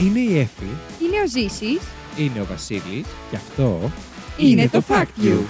Είναι η Εφη, Είναι ο Ζήσης. είναι ο Βασίλης και αυτό Είναι το Fact You.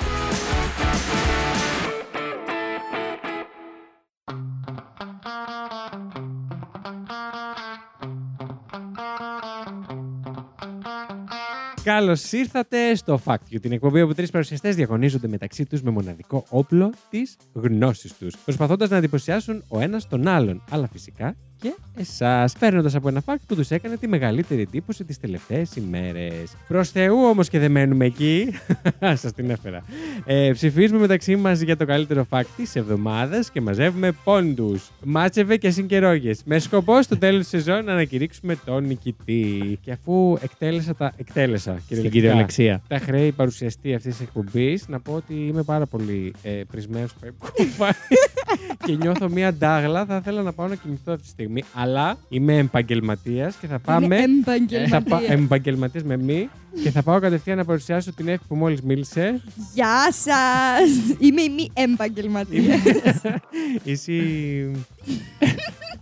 Καλώς ήρθατε στο Fact You, την εκπομπή όπου τρεις παρουσιαστές διαγωνίζονται μεταξύ τους με μοναδικό όπλο της γνώσης τους, προσπαθώντας να εντυπωσιάσουν ο ένας τον άλλον, αλλά φυσικά και εσάς, φέρνοντας από ένα fact που τους έκανε τη μεγαλύτερη εντύπωση τις τελευταίες ημέρες. Προς Θεού όμως και δεν μένουμε εκεί. Σας την έφερα. Ε, ψηφίζουμε μεταξύ μας για το καλύτερο fact της εβδομάδας και μαζεύουμε πόντους. Μάτσεβε και συγκερόγες. Με σκοπό στο τέλος της σεζόν να ανακηρύξουμε τον νικητή. Και αφού εκτέλεσα τα. Εκτέλεσα, Στην κυριολεκτικά. κυριολεξία. Τα χρέη παρουσιαστή αυτής της εκπομπής να πω ότι είμαι πάρα πολύ ε, πρισμένο που έχω και νιώθω μία ντάγλα. Θα ήθελα να πάω να κοιμηθώ αυτή τη στιγμή. Αλλά είμαι επαγγελματίας και θα πάμε. Ε, Είναι Θα πα... επαγγελματίας. επαγγελματίας με μη και θα πάω κατευθείαν να παρουσιάσω την Εύη που μόλις μίλησε. Γεια σας! Είμαι η μη επαγγελματίας. Είσαι. η-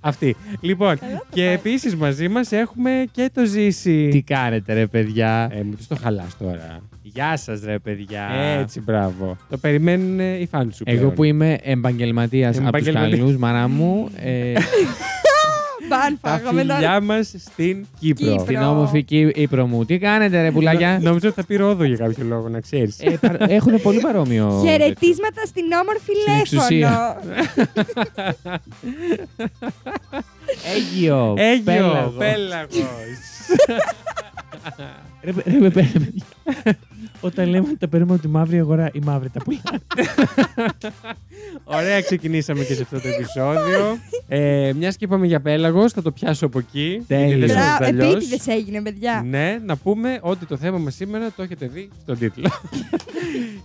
Αυτή. Λοιπόν, και επίσης μαζί μας έχουμε και το Τι ζήσει. κάνετε, ρε παιδιά. Ε, μου τη το χαλάς τώρα. Γεια σας, ρε παιδιά. Έτσι, μπράβο. Το περιμένουν ε, οι φαν σου. Εγώ πλέον. που είμαι επαγγελματίας από τους Επαγγελματίας. καλού, μάνα μου, ε, Μπαν Τα φάγαμε ένα... φιλιά μας στην Κύπρο. Κύπρο. την ομοφική ύπρο μου. Τι κάνετε, ρε πουλάκια. Νο- Νομίζω ότι θα πει Ρόδο για κάποιο λόγο, να ξέρεις. Ε, παρ- Έχουν πολύ παρόμοιο. Χαιρετίσματα στην όμορφη Στην εξουσία. Λέφωνο. Έγιο. Έγιο, πέλαγος. πέλαγος. Ρε, ρε, ρε, ρε, παιδιά. Όταν λέμε ότι τα παίρνουμε από τη μαύρη αγορά, η μαύρη τα πουλά. Ωραία, ξεκινήσαμε και σε αυτό το επεισόδιο. ε, Μιας και είπαμε για πέλαγος, θα το πιάσω από εκεί. Τέλειο. γιατί δεν Μπράβο, γίνεται αλλιώς. Επίτηδες έγινε, παιδιά. Ναι, να πούμε ότι το θέμα μας σήμερα το έχετε δει στον τίτλο.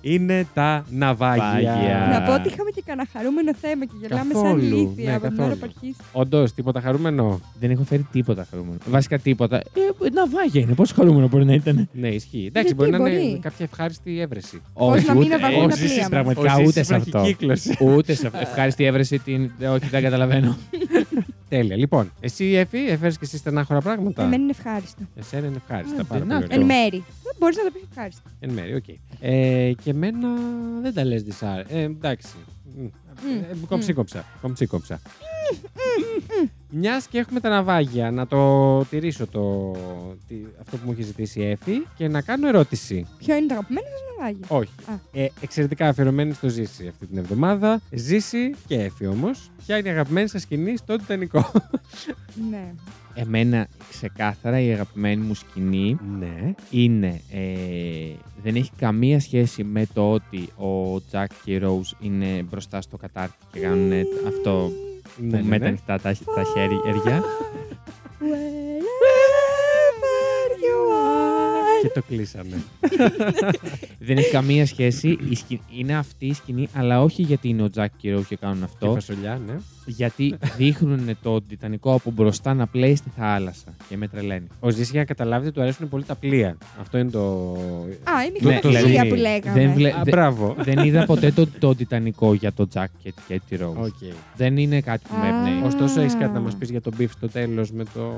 Είναι τα ναυάγια. Βάγια. Να πω ότι είχαμε και κανένα χαρούμενο θέμα και γελάμε σαν Καθόλου. Ναι, ηλίθια από την ώρα καθόλου. που αρχίσει. Όντως, τίποτα χαρούμενο. Δεν έχω φέρει τίποτα χαρούμενο. Βασικά τίποτα. Ε, ναυάγια είναι. Πόσο χαρούμενο μπορεί να ήταν. Ναι, ισχύει. Εντάξει, Ε, Γιατί, μπορεί, να είναι μπορεί. κάποια ευχάριστη έβρεση. Πώς να μην αβαγούν τα όχι, πλοία μας. Πραγματικά Ο ούτε Ζήσης σε αυτό. βραχικύκλωσε. Ούτε σε αυτό. Ευχάριστη έβρεση την. ε, Όχι, δεν καταλαβαίνω. Τέλεια. Λοιπόν, εσύ, Εφη, έφερες και εσύ στενάχωρα πράγματα. Εμένα Ε, είναι ευχάριστο. Εσένα είναι ευχάριστα. Άντε, Πάρα να πολύ το. ωραία. Εν μέρη. Δεν μπορείς να το πει ευχάριστο. Εν μέρη, οκ. Ε, και εμένα δεν τα λες δυσάρε. Ε, εντάξει. Μμ. Ε, Κομψίκοψα. Κομψίκοψα. Μιας και έχουμε τα ναυάγια, να το τηρήσω το, τι- αυτό που μου έχει ζητήσει η Εφη και να κάνω ερώτηση. Ποιο είναι το αγαπημένο σα ναυάγιο. Όχι. Α. Ε, εξαιρετικά αφιερωμένη στο Ζήση αυτή την εβδομάδα. Ζήση και Εφη όμως. Ποια είναι η αγαπημένη σας σκηνή στο Τιτανικό. Ναι. Εμένα ξεκάθαρα η αγαπημένη μου σκηνή ναι. είναι. ε, δεν έχει καμία σχέση με το ότι ο Τζακ και η Ρόουζ είναι μπροστά στο κατάρτι και κάνουν ε, αυτό Ναι, ναι, που με τα ναι. ανοιχτά τα, τα χέρια. Wherever you are. Και το κλείσαμε. δεν έχει καμία σχέση. Η σκη- Είναι αυτή η σκηνή, αλλά όχι γιατί είναι ο Τζακ και η Ρόουζ και κάνουν και αυτό. φασολιά, ναι. γιατί δείχνουν το Τιτανικό από μπροστά να πλέει στη θάλασσα. Και με τρελαίνει. Ο Ζήση, για να καταλάβετε, του αρέσουν πολύ τα πλοία. Αυτό είναι το. Α, η Το- Ναι, το μειχτοφυσία λέει. που Δεν, λέγαμε. βλε- Α, Ε, δε- μπράβο. δεν είδα ποτέ το, το Τιτανικό για το Τζακ και, και τη Ρόουζ. Okay. Δεν είναι κάτι που με Α. εμπνέει. Ωστόσο, έχεις κάτι να μας πεις για τον μπιφ στο τέλος με το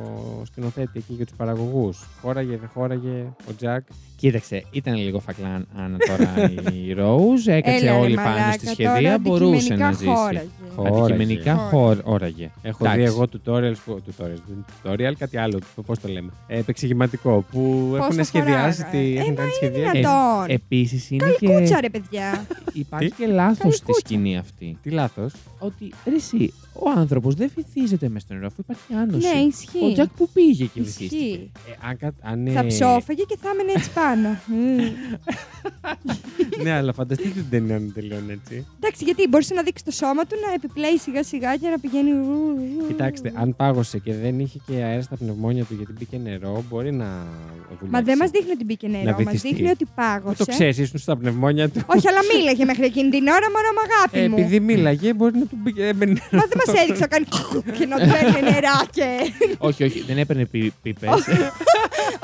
σκηνοθέτη εκεί και τους παραγωγούς. Χώραγε, δεν χώραγε, ο Τζακ. Κοίταξε, ήταν λίγο φακλάν αν τώρα η Ρόουζ. Έκατσε Έλα, ρε όλη πάνω μαλάκα, στη τώρα σχεδία, μπορούσε αντικειμενικά να ζήσει. χώραγε. Χω- Αντικειμενικά Χώραγε. χώρ, όραγε. Έχω Εντάξει. δει εγώ tutorials. Που, tutorials, δεν είναι tutorial, κάτι άλλο. Πώς το λέμε. Ε, επεξηγηματικό. Που Πώς έχουν το σχεδιάσει. χωράγα, ε. Τη, έχουν Ε, μα κάνει είναι σχεδία. δυνατόν. Τον. ε, Επίσης είναι Καλικούτσα, και. ρε παιδιά. Υπάρχει και λάθος στη Καλικούτσα. σκηνή αυτή. τι λάθος. Ότι ρε, εσύ, ο άνθρωπος δεν βυθίζεται με στο νερό, αφού υπάρχει άνοση. Ναι, ισχύει. ε, Ο Τζακ που πήγε και βυθίστηκε. Ισχύει. Ε, αν, κα- αν, ε, Θα ψόφαγε και θα έμενε έτσι πάνω. Μμμ. ναι, αλλά φανταστείτε την ταινία να τελειώνει έτσι. Εντάξει, γιατί μπορούσε να δείξεις το σώμα του να επιπλέει σιγά σιγά και να πηγαίνει. Κοιτάξτε, αν πάγωσε και δεν είχε και αέρα στα πνευμόνια του γιατί μπήκε νερό, μπορεί να. βουλιάξει. Μα δεν μας δείχνει ότι μπήκε Να νερό, μας βυθιστεί. δείχνει ότι Πού πάγωσε. Το ξέρεις, ήσουν στα πνευμόνια του. Όχι, αλλά μίλαγε μέχρι εκείνη την ώρα, μόνο μ' Ε, αγάπη μου. επειδή μίλαγε, μπορεί να του μπει. ε, έμπαινε Μα δεν μας έδειξε να κάνει και να τρέχει νερά και. όχι, όχι, δεν έπαιρνε πίπε.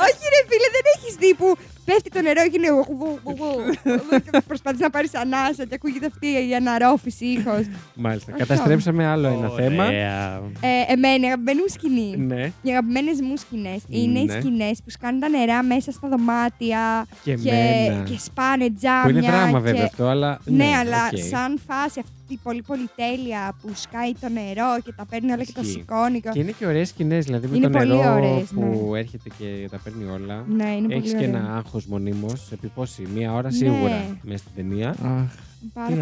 Όχι, ρε φίλε, δεν έχεις έχει δει που πέφτει το νερό και είναι. γου, γου, γου, γου, και Προσπαθείς να πάρεις ανάσα και ακούγεται αυτή η αναρρόφηση ήχος. Μάλιστα. Αυτό. Καταστρέψαμε άλλο ένα θέμα. θέμα. Ε, εμένα, η αγαπημένη μου σκηνή. Ναι, Οι αγαπημένες μου σκηνές είναι οι Ναι. σκηνές που σκάνουν τα νερά μέσα στα δωμάτια και και, εμένα. και σπάνε τζάμια. Που είναι δράμα και- βέβαια αυτό, αλλά. Ναι, αλλά οκ. σαν φάση αυτή η πολύ πολυτέλεια που σκάει το νερό και τα παίρνει όλα και τα Ισχύει. σηκώνει. και- Και είναι και ωραίες σκηνές, δηλαδή με Είναι το πολύ νερό ωραίες, που έρχεται και τα παίρνει όλα. Ναι, είναι Έχει πολύ και ωραίο. ένα άγχος μονίμως, επί πόση, μία ώρα Ναι. σίγουρα μέσα στην ταινία. Αχ, Πάρα Τι πολύ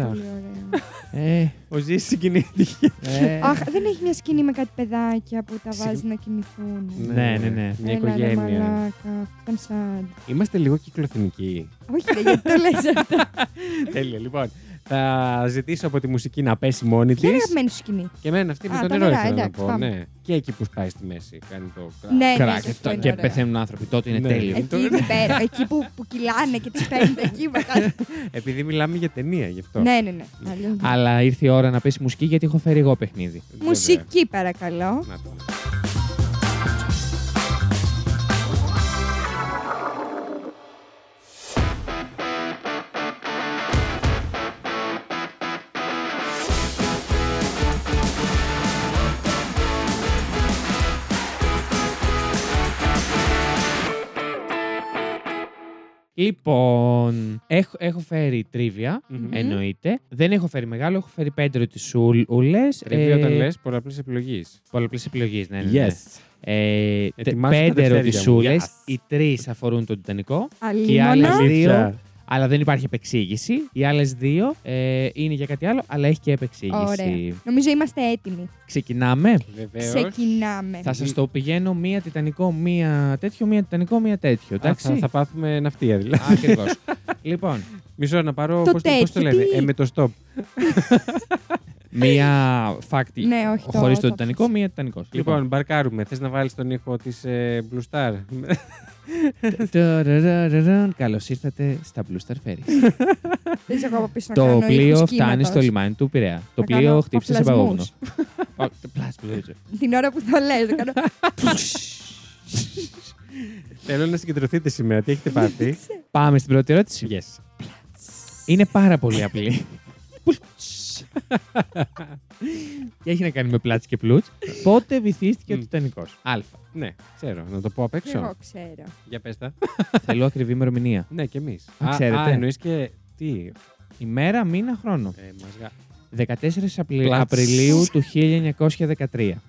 ωραίο. ε, Ο Ζή συγκινήθηκε. ε. Αχ, δεν έχει μια σκηνή με κάτι παιδάκια που τα Συγ- βάζει να κοιμηθούν. Ναι, ναι, ναι. Μια Έλα, ρε, οικογένεια. μαλάκα, αυτό ήταν σαν. Είμαστε λίγο κυκλοθυμικοί. Όχι, ρε, γιατί το λες αυτό. Τέλεια, λοιπόν. Θα ζητήσω από τη μουσική να πέσει μόνη τη. Ποια είναι η αγαπημένη σου σκηνή. Και εμένα αυτή με Α, το τα νερό νερά, ήθελα να εντάξει, πω. πάμε. Ναι. Και εκεί που σπάει στη μέση. Κάνει το κρακ. Ναι, ναι, Κράκ, σωστό, αυτό είναι και ωραίο. πεθαίνουν άνθρωποι. Τότε είναι Ναι. τέλειο. Εκεί είναι πέρα, εκεί που, που κυλάνε και τις παίρνουν τα κύμα. Επειδή μιλάμε για ταινία γι' αυτό. ναι, ναι, ναι. αλλιώς δεν. Αλλά ήρθε η ώρα να πέσει μουσική γιατί έχω φέρει εγώ παιχνίδι. Βέβαια. Μουσική παρακαλώ. Να το. Λοιπόν, έχω, έχω φέρει τρίβια, Μμμ. εννοείται. Δεν έχω φέρει μεγάλο, έχω φέρει πέντε ρωτησούλε. Τριβή όταν λες πολλαπλής επιλογής. Πολλαπλής επιλογής, ε, ναι. ναι, ναι. Ε, τε- Ετοιμάζω τα πέντε δευτέρια μου. ερωτησούλε. Yes. Οι τρεις αφορούν τον Τιτανικό. Και οι άλλες Αλλήμωνα. δύο. Αλλά δεν υπάρχει επεξήγηση. Οι άλλες δύο ε, είναι για κάτι άλλο, αλλά έχει και επεξήγηση. Ωραία. Νομίζω είμαστε έτοιμοι. Ξεκινάμε. Βεβαίως. Ξεκινάμε. Ε, Θα σας το πηγαίνω μία Τιτανικό, μία τέτοιο, μία Τιτανικό, μία τέτοιο. Εντάξει. Θα, θα πάθουμε ναυτία δηλαδή. Ακριβώς. λοιπόν, Μισό να πάρω. Το Πώς το, πώς το τέτοιο, λένε. τι? Ε, με το stop. μία φάκτη. Ναι, όχι. Χωρίς το το Τιτανικό, μία Τιτανικός. Λοιπόν, μπαρκάρουμε. Θες να βάλεις τον ήχο της ε, Blue Star. Καλώ ήρθατε στα Blue Star Ferry. Δεν σε έχω από πίσω να Το κάνω ήχους πλοίο φτάνει κύματος. στο λιμάνι του Πειραιά. Το Να κάνω πλοίο χτύπησε σε παπλασμούς. παγόβουνο. Ω, το πλάσ- πλούτσε. Την ώρα που το λες, το κάνω. Θέλω να συγκεντρωθείτε σήμερα. Τι έχετε πάθει. Πάμε στην πρώτη ερώτηση. yes. Είναι πάρα πολύ απλή. και έχει να κάνει με πλάτης και πλούτ. Πότε βυθίστηκε ο Μμ. Τιτανικός. Α. Ναι, ξέρω. Να το πω απ' Και εγώ έξω. ξέρω. Για πες τα. Θέλω ακριβή ημερομηνία. ναι, και εμείς. Α, ξέρετε. Α, εννοείς και. Τι. Ημέρα, μήνα, χρόνο. Ε, μας γα- 14 Απρι- Πλάτς. Απριλίου του 1913.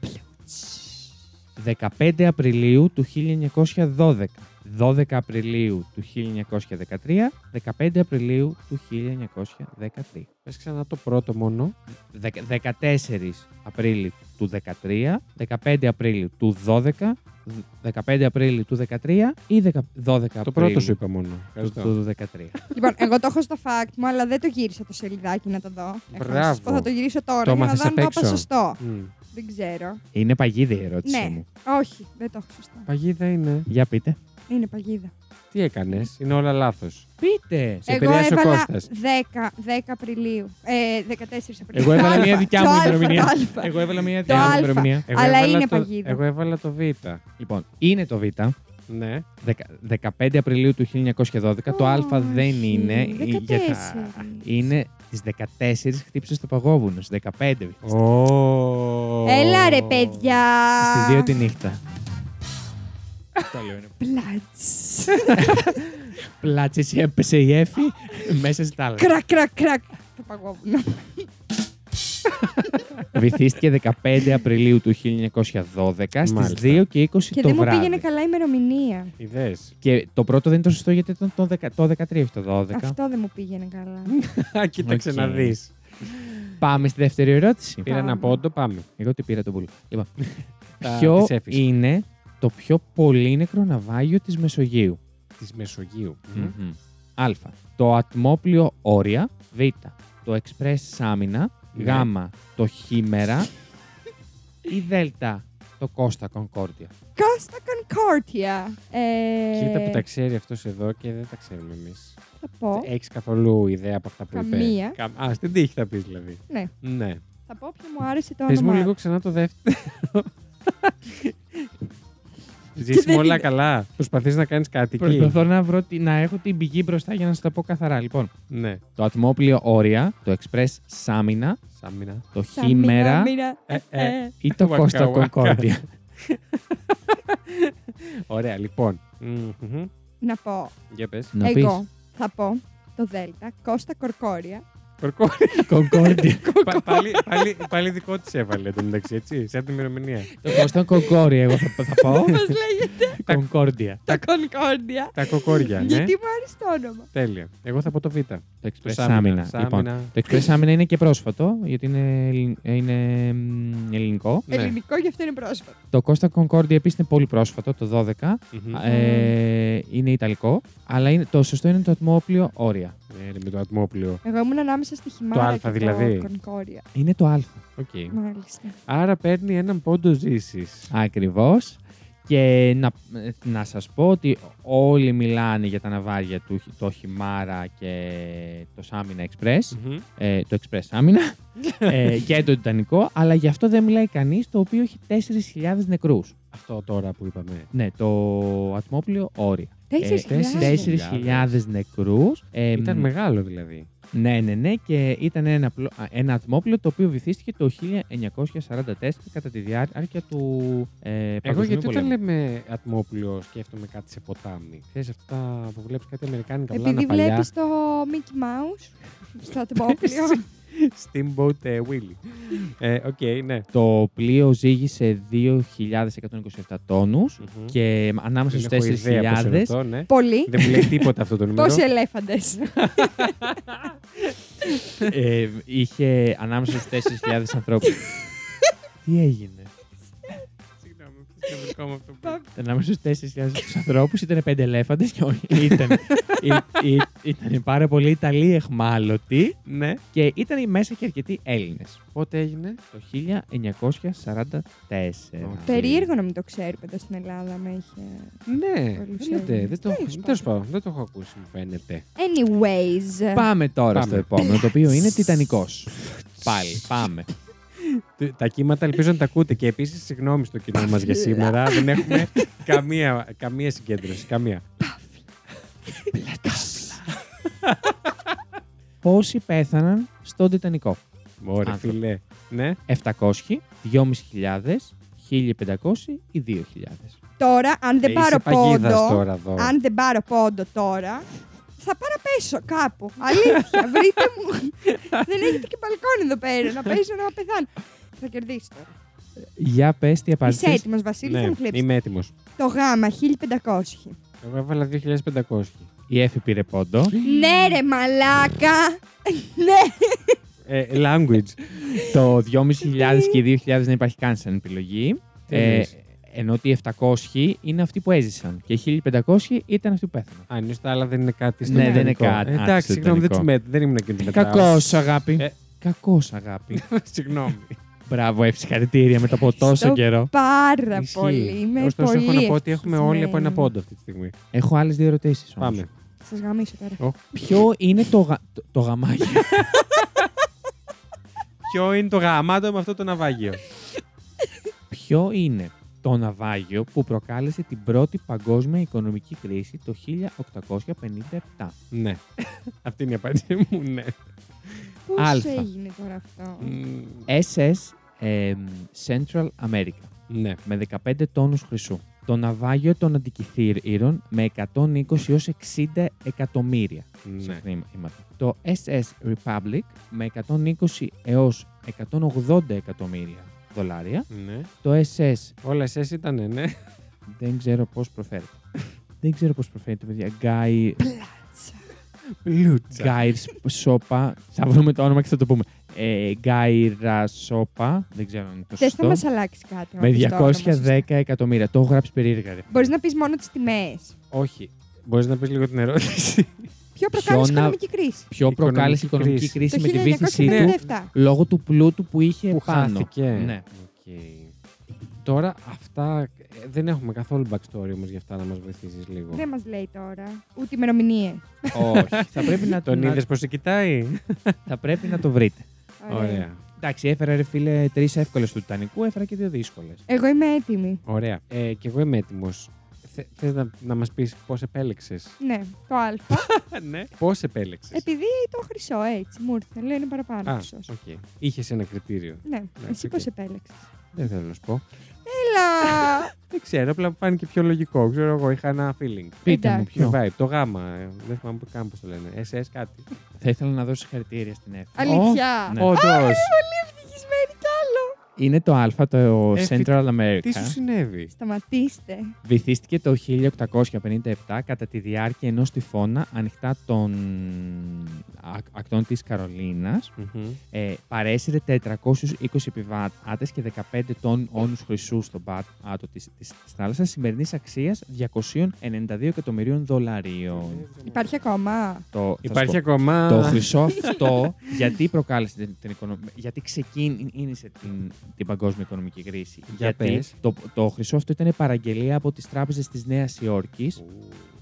15 Απριλίου του 1912. 12 Απριλίου του 1913. 15 Απριλίου του 1913. Πες ξανά το πρώτο μόνο. Δεκα- 14 Απρίλη του 13, 15 Απρίλη του 12, 15 Απρίλη του 13 ή 12 Απρίλη Το πρώτο σου είπα μόνο. του, Ευχαριστώ. του 13. Λοιπόν, εγώ το έχω στο fact μου, αλλά δεν το γύρισα το σελιδάκι να το δω. Έχω να σας Μπράβο. πω, θα το γυρίσω τώρα Το για να μάθες δω αν απ' το έξω. είπα σωστό. Μμ. Δεν ξέρω. Είναι παγίδα η ερώτηση Ναι. μου. Όχι, δεν το έχω σωστό. Παγίδα είναι. Για πείτε. Είναι παγίδα. Τι έκανες, είναι όλα λάθος. Πείτε! Σε εγώ επηρέασε ο έβαλα Κώστας. 10, 10 Απριλίου. Ε, 14 Απριλίου. Εγώ έβαλα Το μια α, δικιά το μου α, ημερομηνία. το α. Εγώ έβαλα μια Το διάλογη α. ημερομηνία. Εγώ Αλλά έβαλα το- είναι παγίδα. Εγώ έβαλα το Β. Λοιπόν, είναι το Β. Ναι. δεκα- 15 Απριλίου του 1912. Το Α δεν Όχι, είναι. 14. για τα- Είναι τις 14 χτύψει στο παγόβουνο. Στις 15. Ω. Έλα ρε παιδιά. Στις 2 τη νύχτα. Το λέω, είναι Πλάτς. Πλάτσε έπεσε η έφη μέσα στα άλλα. Κρακ, κρακ, κρακ. Το παγόβουνο. Βυθίστηκε 15 Απριλίου του 1912 στις Μάλιστα. 2 και 20 Και δεν το μου πήγαινε βράδυ. καλά η ημερομηνία. Ιδέες. Και το πρώτο δεν ήταν το σωστό γιατί ήταν το, 10 το 13, όχι το 12. Αυτό δεν μου πήγαινε καλά. Α, Κοίταξε Οκ. να δεις. Πάμε στη δεύτερη ερώτηση. Πήρα Πάμε. ένα πόντο, πάμε. Εγώ τι πήρα τον πουλ. Λοιπόν, Τα- ποιο της έφης. είναι το πιο πολύνεκρο ναυάγιο της Μεσογείου. Της Μεσογείου. Μμ. Μμμ. Α. Το ατμόπλιο Όρια. Β. Το εξπρές Σάμινα. Ναι. Γ. Το Χήμερα. ή Δ. Το Κώστα Κονκόρδια. Κώστα Κονκόρτια. Ε, Κοίτα που τα ξέρει αυτός εδώ και δεν τα ξέρουμε εμείς. Θα πω. Έχεις καθόλου ιδέα από αυτά που είπε. Καμία. Κα- Α, στην τύχη θα πεις δηλαδή. Ναι. Ναι. Θα πω ποιο μου άρεσε το Πες μου όνομα. λίγο ξανά το δεύτερο. Ζήσιμο δεν όλα είναι. καλά. Προσπαθείς να κάνεις κάτι εκεί. Προσπαθώ να, βρω, τη- να έχω την πηγή μπροστά για να σας τα πω καθαρά. Λοιπόν, Ναι. το ατμόπλιο Όρια, το Express Σάμινα, Σάμινα. το Σαν μήνα, Χήμερα μήνα, Ε, ε, ε. ε. ή το Waka Κώστα waka. Κονκόρντια. Ωραία, λοιπόν. Μμμ, μμμ. Να πω. Για πες. Να πεις Εγώ θα πω το Δέλτα, Κώστα Κορκόρια. Κορκόρι. Κονκόρντια. Πα- πάλι, πάλι, πάλι δικό της έβαλε το μεταξύ, έτσι, σαν την ημερομηνία. Το Κώστα Κονκόρια, εγώ θα, θα πω. Όπω λέγεται Κονκόρντια. το Κονκόρντια. Τα κοκόρια, ναι. Γιατί μου άρεσε το όνομα. Τέλεια. Εγώ θα πω το Β. Το Το Express Σάμινα. Σάμινα. Λοιπόν, Σάμινα. το Express Σάμινα είναι και πρόσφατο, γιατί είναι, ελλην- είναι μ, ελληνικό. Ναι. Ελληνικό γι' αυτό είναι πρόσφατο. Το Κώστα Κονκόρντια επίσης είναι πολύ πρόσφατο, το 12. Μμμ. Ε, είναι ιταλικό, αλλά είναι, το σωστό είναι το ατμόπλιο όρια. Ναι, ρε, με το ατμόπλιο. Εγώ ήμουν ανάμεσα στη χυμάρα α, και το δηλαδή. Κονκόρια. Είναι το α. Οκ. Μάλιστα. Άρα παίρνει έναν πόντο ζήσει. Ακριβώς. Και να, να σας πω ότι όλοι μιλάνε για τα ναυάρια του το Χιμάρα και το Σάμινα Express, ε, το Express Σάμινα ε, και το Τιτανικό, αλλά γι' αυτό δεν μιλάει κανείς, το οποίο έχει 4.000 νεκρούς. Αυτό τώρα που είπαμε. Ναι, το ατμόπλιο όρια. Ε, Τέσσερις χιλιάδες. 4.000 νεκρούς. Ε, Ήταν μεγάλο δηλαδή. Ναι, ναι, ναι, και ήταν ένα, απλό- α, ένα ατμόπλιο το οποίο βυθίστηκε το 1944 κατά τη διάρκεια του ε, Εγώ Παγκοσμίου γιατί όταν Πολέμου. λέμε ατμόπλιο σκέφτομαι κάτι σε ποτάμι. Ξέρεις αυτά που βλέπεις κάτι αμερικάνικα Επειδή πλάνα παλιά. βλέπεις το Mickey Mouse στο ατμόπλιο. Steamboat ε, Willie. Ε, Οκ, ναι. Το πλοίο ζήγησε 2.127 τόνους Μμμ. και ανάμεσα Δεν στους έχω ιδέα πώς είναι 4.000 αυτό, ναι. Πολύ. Δεν μου λέει τίποτα αυτό το νούμερο. Πόσοι ελέφαντες. ε, είχε ανάμεσα στους 4.000 ανθρώπους. Τι έγινε. Συγγνώμη, ποιος είναι δικό μου αυτό που- Ανάμεσα στους 4.000 τους ανθρώπους ήταν 5 ελέφαντες και όχι. Ήταν, ή- ή- ήταν πάρα πολύ Ιταλοί εχμάλωτοι Ναι. και ήταν μέσα και αρκετοί Έλληνες. Πότε έγινε. Το 1944. Περίεργο να μην το ξέρουμε εδώ στην Ελλάδα με είχε. Ναι, Πολύ λέτε, σέβομαι. δεν το έχω- Τέλος τέλος πάντων, δεν το έχω ακούσει, μου φαίνεται. Anyways. Πάμε τώρα Πάμε. στο επόμενο, το οποίο είναι Τιτανικός. Πάλι, πάμε. Τε- Τα κύματα ελπίζω να τα ακούτε. Και επίσης, συγγνώμη στο κοινό μας για σήμερα. Δεν έχουμε καμία, καμία συγκέντρωση. Καμία. Πόσοι πέθαναν στον Τιτανικό. Ωραία, Άνθρωπο. φιλέ. Ναι. 700, 2.500, 1.500 ή 2.000. Τώρα, αν δεν Ε, πάρω είσαι παγίδας πόντο. τώρα εδώ. Αν δεν πάρω πόντο τώρα, θα παραπέσω κάπου. Αλήθεια, βρείτε μου. δεν έχετε και μπαλκόνι εδώ πέρα να πέσω να πεθάνω. Θα κερδίσω τώρα. Για πες τι Είσαι απάντησες. έτοιμος, Βασίλη, θα ναι, μου κλέψεις. είμαι έτοιμος. Το γάμα 1500. Εγώ έβαλα 2500. Η Εφη πήρε πόντο. ναι, ρε, μαλάκα. ναι. Ε, language. το 2.500 και οι 2.000 δεν υπάρχει καν σαν επιλογή. Τι Ε, εννοείς? ενώ ότι οι 700 είναι αυτοί που έζησαν και οι 1.500 ήταν αυτοί που πέθαναν. Αν είναι στα άλλα, δεν είναι κάτι. στο Ναι, δεν είναι ιδανικό. κάτι. Ε, Α, Εντάξει, στο συγγνώμη, δεν, ιδανικό. τους με, δεν ήμουν εκείνη την μετράω. Κακός αγάπη. Ε. Κακός αγάπη. συγγνώμη. Μπράβο, Εφη, συγχαρητήρια μετά από τόσο Ευχαριστώ. καιρό. Πάρα Ισχύει. πολύ. Είμαι Ωστόσο, πολύ έχω να πω ότι έχουμε όλοι από ένα ευτυχισμένη. πόντο αυτή τη στιγμή. Έχω άλλες δύο ερωτήσεις. Πάμε. Σας γαμίσω τώρα. Ποιο είναι το, γα... το, το γαμάκι. Ποιο είναι το γαμάτο με αυτό το ναυάγιο. Ποιο είναι το ναυάγιο που προκάλεσε την πρώτη παγκόσμια οικονομική κρίση το 1857. ναι. Αυτή είναι η απάντησή μου, ναι. Πώς Αλφα. έγινε τώρα αυτό. Μμμ, SS ες, Central America Ναι. με 15 τόνους χρυσού. Το ναυάγιο των αντικειθήρων με 120 έως 60 εκατομμύρια. ναι. χρήματα. Το SS Republic με 120 έως 180 εκατομμύρια δολάρια. ναι. Το SS Όλα εσέ ήταν, ναι. Δεν ξέρω πώς προφέρεται. Δεν ξέρω πώς προφέρεται, παιδιά. Γκάι. Πλούτσα. Γκάιρ Σόπα. Θα βρούμε το όνομα και θα το πούμε. Ε, Γκάιρα Σόπα. Δεν ξέρω αν είναι το Δεν θα σωστό. μας αλλάξεις κάτι. άμα Με πεις το όνομα σωστά. 210 εκατομμύρια. Το έχω γράψει περίεργα. ρε. Μπορείς να πεις μόνο τις τιμές. Όχι. Μπορείς να πεις λίγο την ερώτηση. Ποιο προκάλεσε Ποιο να- οικονομική κρίση. Ποιο οικονομική προκάλεσε η οικονομική κρίση. κρίση Το με τη βήθησή του 1957. λόγω του πλούτου που είχε που πάνω. χάθηκε. Ναι. Οκ. Τώρα αυτά. ε, Δεν έχουμε καθόλου backstory όμως για αυτά να μας βοηθήσεις λίγο. Δεν μας λέει τώρα. Ούτε ημερομηνίες. Όχι. θα, πρέπει να, Τον να- είδες πώ σε κοιτάει. θα πρέπει να το βρείτε. Ωραία. Εντάξει, έφερα ρε φίλε τρεις εύκολες του Τιτανικού, έφερα και δύο δύσκολες. Εγώ είμαι έτοιμη. Ωραία. Ε, και εγώ είμαι έτοιμος. Θε να, να μας πεις πώς επέλεξες. Ναι, το Α. ναι. Πώς επέλεξες. Επειδή το χρυσό έτσι μου ήρθε, λέει είναι παραπάνω Α, χρυσός. οκ. Είχες ένα κριτήριο. Ναι, εσύ οκ. πώς επέλεξες. Δεν θέλω να σου πω. Έλα! Δεν ξέρω, απλά μου φάνηκε πιο λογικό. Ξέρω εγώ, είχα ένα feeling. Πείτε μου Εντάξει. Ποιο ποιο. vibe, το γάμα. ε, Δεν θυμάμαι που καν πώς το λένε. SS κάτι. Θα ήθελα να δώσω συγχαρητήρια στην Εύα. Αλήθεια. Ω, ναι. Όντω. Πολύ ευτυχισμένη κι άλλο. Είναι το Α το Ε, Central Τι σου America. συνέβη. Σταματήστε. Βυθίστηκε το 1857 κατά τη διάρκεια ενός τυφώνα ανοιχτά των ακ- ακτών της Καρολίνας. Μμμ. Ε, παρέσυρε 420 επιβάτες και 15 τόν όνους χρυσού στον πάτο της, της, της θάλασσας σημερινής αξίας 292 εκατομμυρίων δολαρίων. Υπάρχει ακόμα. Το, θα σου πω. Υπάρχει ακόμα. Το χρυσό αυτό γιατί προκάλεσε την, την οικονομία, γιατί ξεκίνησε την, την παγκόσμια οικονομική κρίση. Για γιατί πες. το, το χρυσό αυτό ήταν παραγγελία από τις τράπεζες της Νέας Υόρκης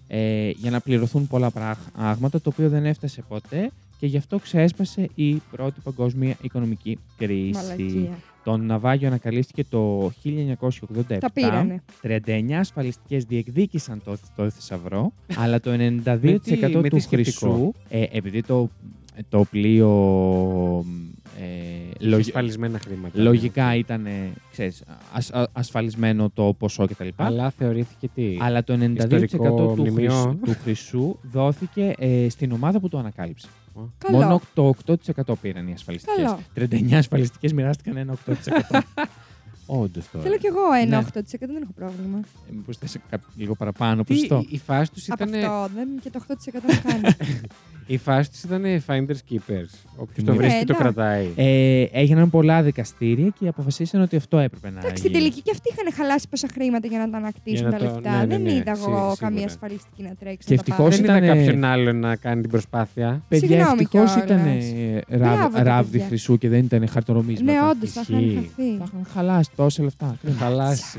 ε, για να πληρωθούν πολλά πράγματα, το οποίο δεν έφτασε ποτέ και γι' αυτό ξέσπασε η πρώτη παγκόσμια οικονομική κρίση. Μαλακία. Το ναυάγιο ανακαλύφθηκε το 1987. Τα πήρανε. 39 ασφαλιστικές διεκδίκησαν το, το θησαυρό, αλλά το 92% Με τι- με του τι σκεπτικό? χρυσού, ε, επειδή το, το πλοίο ε, λογι- Ασφαλισμένα χρήματα. λογικά ήταν ε, ξέρεις, ασ- α- ασφαλισμένο το ποσό κτλ. Αλλά, Αλλά θεωρήθηκε τι. αλλά το 92% Ιστορικό του μνημείο. χρυσού, του χρυσού δόθηκε ε, στην ομάδα που το ανακάλυψε. Καλό. Μόνο το 8% πήραν οι ασφαλιστικές. Καλό. 39 ασφαλιστικές μοιράστηκαν ένα 8%. Όντως τώρα. Θέλω κι εγώ ένα Ναι. 8%, δεν έχω πρόβλημα. Ε, μήπως θες κάποιο- λίγο παραπάνω Τι, ποσοστό. η- η φάση τους Από ήταν. αυτό δεν και το 8% να κάνει. Η φάση τους ήταν finders keepers. Όποιος το Ναι, βρίσκει το εντάξει. κρατάει. Ε, έγιναν πολλά δικαστήρια και αποφασίσαν ότι αυτό έπρεπε να Εντάξει, στην γίνει. τελική και αυτοί είχαν χαλάσει πόσα χρήματα για να τα Για ανακτήσουν να τα το- λεφτά. ναι, ναι, δεν ναι, είδα σί- εγώ σίγουρα. καμία ασφαλιστική να τρέξει. Και να τα ευτυχώς πάρει. Δεν είδα ήτανε- κάποιον άλλον να κάνει την προσπάθεια. Παιδιά, Συγγνώμη ευτυχώς κιόλας. ήταν Μπράβο τα ράβδι παιδιά. χρυσού και δεν ήταν χαρτονομίσματα. Ναι, όντως θα είχαν Ισχύει. χαθεί. Τα είχαν χαλάσει τόσα λεφτά. Θα χαλάσει.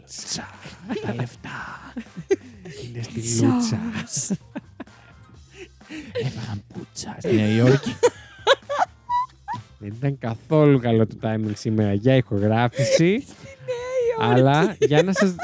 Λούτσα. Τα λεφτά. Είναι στη Λούτσα. Λούτσα. Έφαγαν πουτσα στη Νέα Υόρκη. Δεν ήταν καθόλου καλό το timing σήμερα για ηχογράφηση. αλλά για να σας...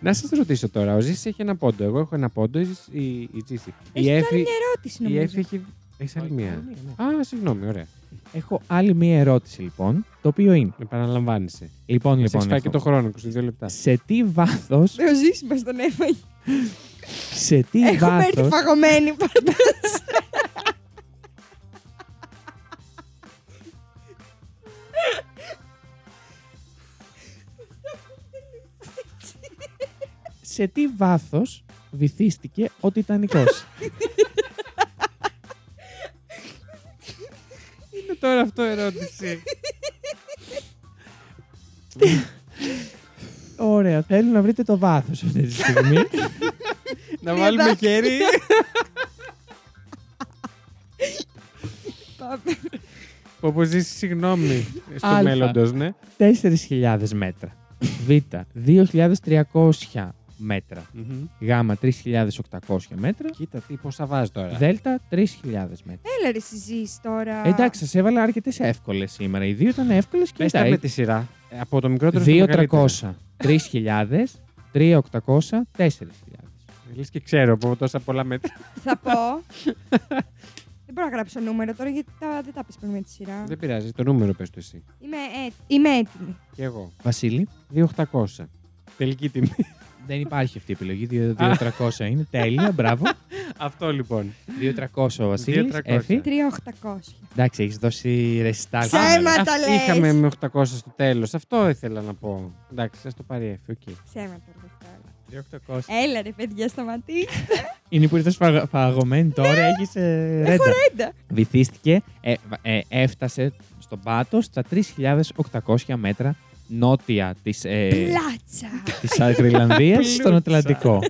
να σας ρωτήσω τώρα. Ο Ζήσης έχει ένα πόντο. Εγώ έχω ένα πόντο. η Ζήσης- Η, η Τζίση. Η Εφη, Έχει άλλη μια ερώτηση η Εφη νομίζω. έχει... Έχεις άλλη μία. ναι. Α, συγγνώμη, ωραία. Έχω άλλη μία ερώτηση λοιπόν, το οποίο είναι. Επαναλαμβάνεσαι. Λοιπόν, Λοιπόν, λοιπόν. έχεις φάει και έχω- το χρόνο, 22 λεπτά. Σε τι βάθος. Ναι, Ο Ζήση μα τον έφαγε. Σε τι Έχουμε έρθει βάθος. φαγωμένοι πάντα. σε τι βάθος βυθίστηκε ο Τιτανικός. Είναι τώρα αυτό ερώτηση. Ωραία, θέλω να βρείτε το βάθος αυτή τη στιγμή. να βάλουμε χέρι. Πάμε. Που Όπου ζήσει, συγγνώμη. Στο Αλφα. μέλλοντος, ναι. 4.000 μέτρα. Β. 2.300 μέτρα. Μμμ. Γ. 3.800 μέτρα. Κοίτα τι πόσα βάζει τώρα. Δ. 3.000 μέτρα. Έλα ρε συζήσει τώρα. Ε, Εντάξει, σας έβαλα αρκετές εύκολες σήμερα. Οι δύο ήταν εύκολες και Πες τα μετά. με τη σειρά. Ε, Από το μικρότερο στο μεγαλύτερο. 2.300, 3.000, 3.800, 4.000. Λες και ξέρω από τόσα πολλά μέτρα. Θα πω. δεν μπορώ να γράψω νούμερο τώρα γιατί τα, δεν τα πεις πριν με τη σειρά. Δεν πειράζει, το νούμερο πες το εσύ. Είμαι, έ, είμαι έτοιμη. Και εγώ. Βασίλη, 2.800. Τελική τιμή. δεν υπάρχει αυτή η επιλογή. 2.300 είναι τέλεια, μπράβο. Αυτό λοιπόν. 2.300 ο Βασίλης, 2.300. Εφη. 3.800. Εντάξει, έχεις δώσει ρεστά. Ψέματα. Αυτά λες. Είχαμε με 800 στο τέλος. Αυτό ήθελα να πω. Εντάξει, ας το πάρει η Εφη, οκ. Ψέματα ρε τώρα. 2.800. Έλα ρε παιδιά, σταματήστε. Είναι που ήρθες φαγα- φαγωμένη τώρα, έχεις ε, ρέντα. Έντα. Βυθίστηκε, ε, ε, έφτασε στον πάτο στα 3.800 μέτρα νότια της, ε, Πλάτσα. της Αγριλανδίας στον Πλούτσα. Ατλαντικό.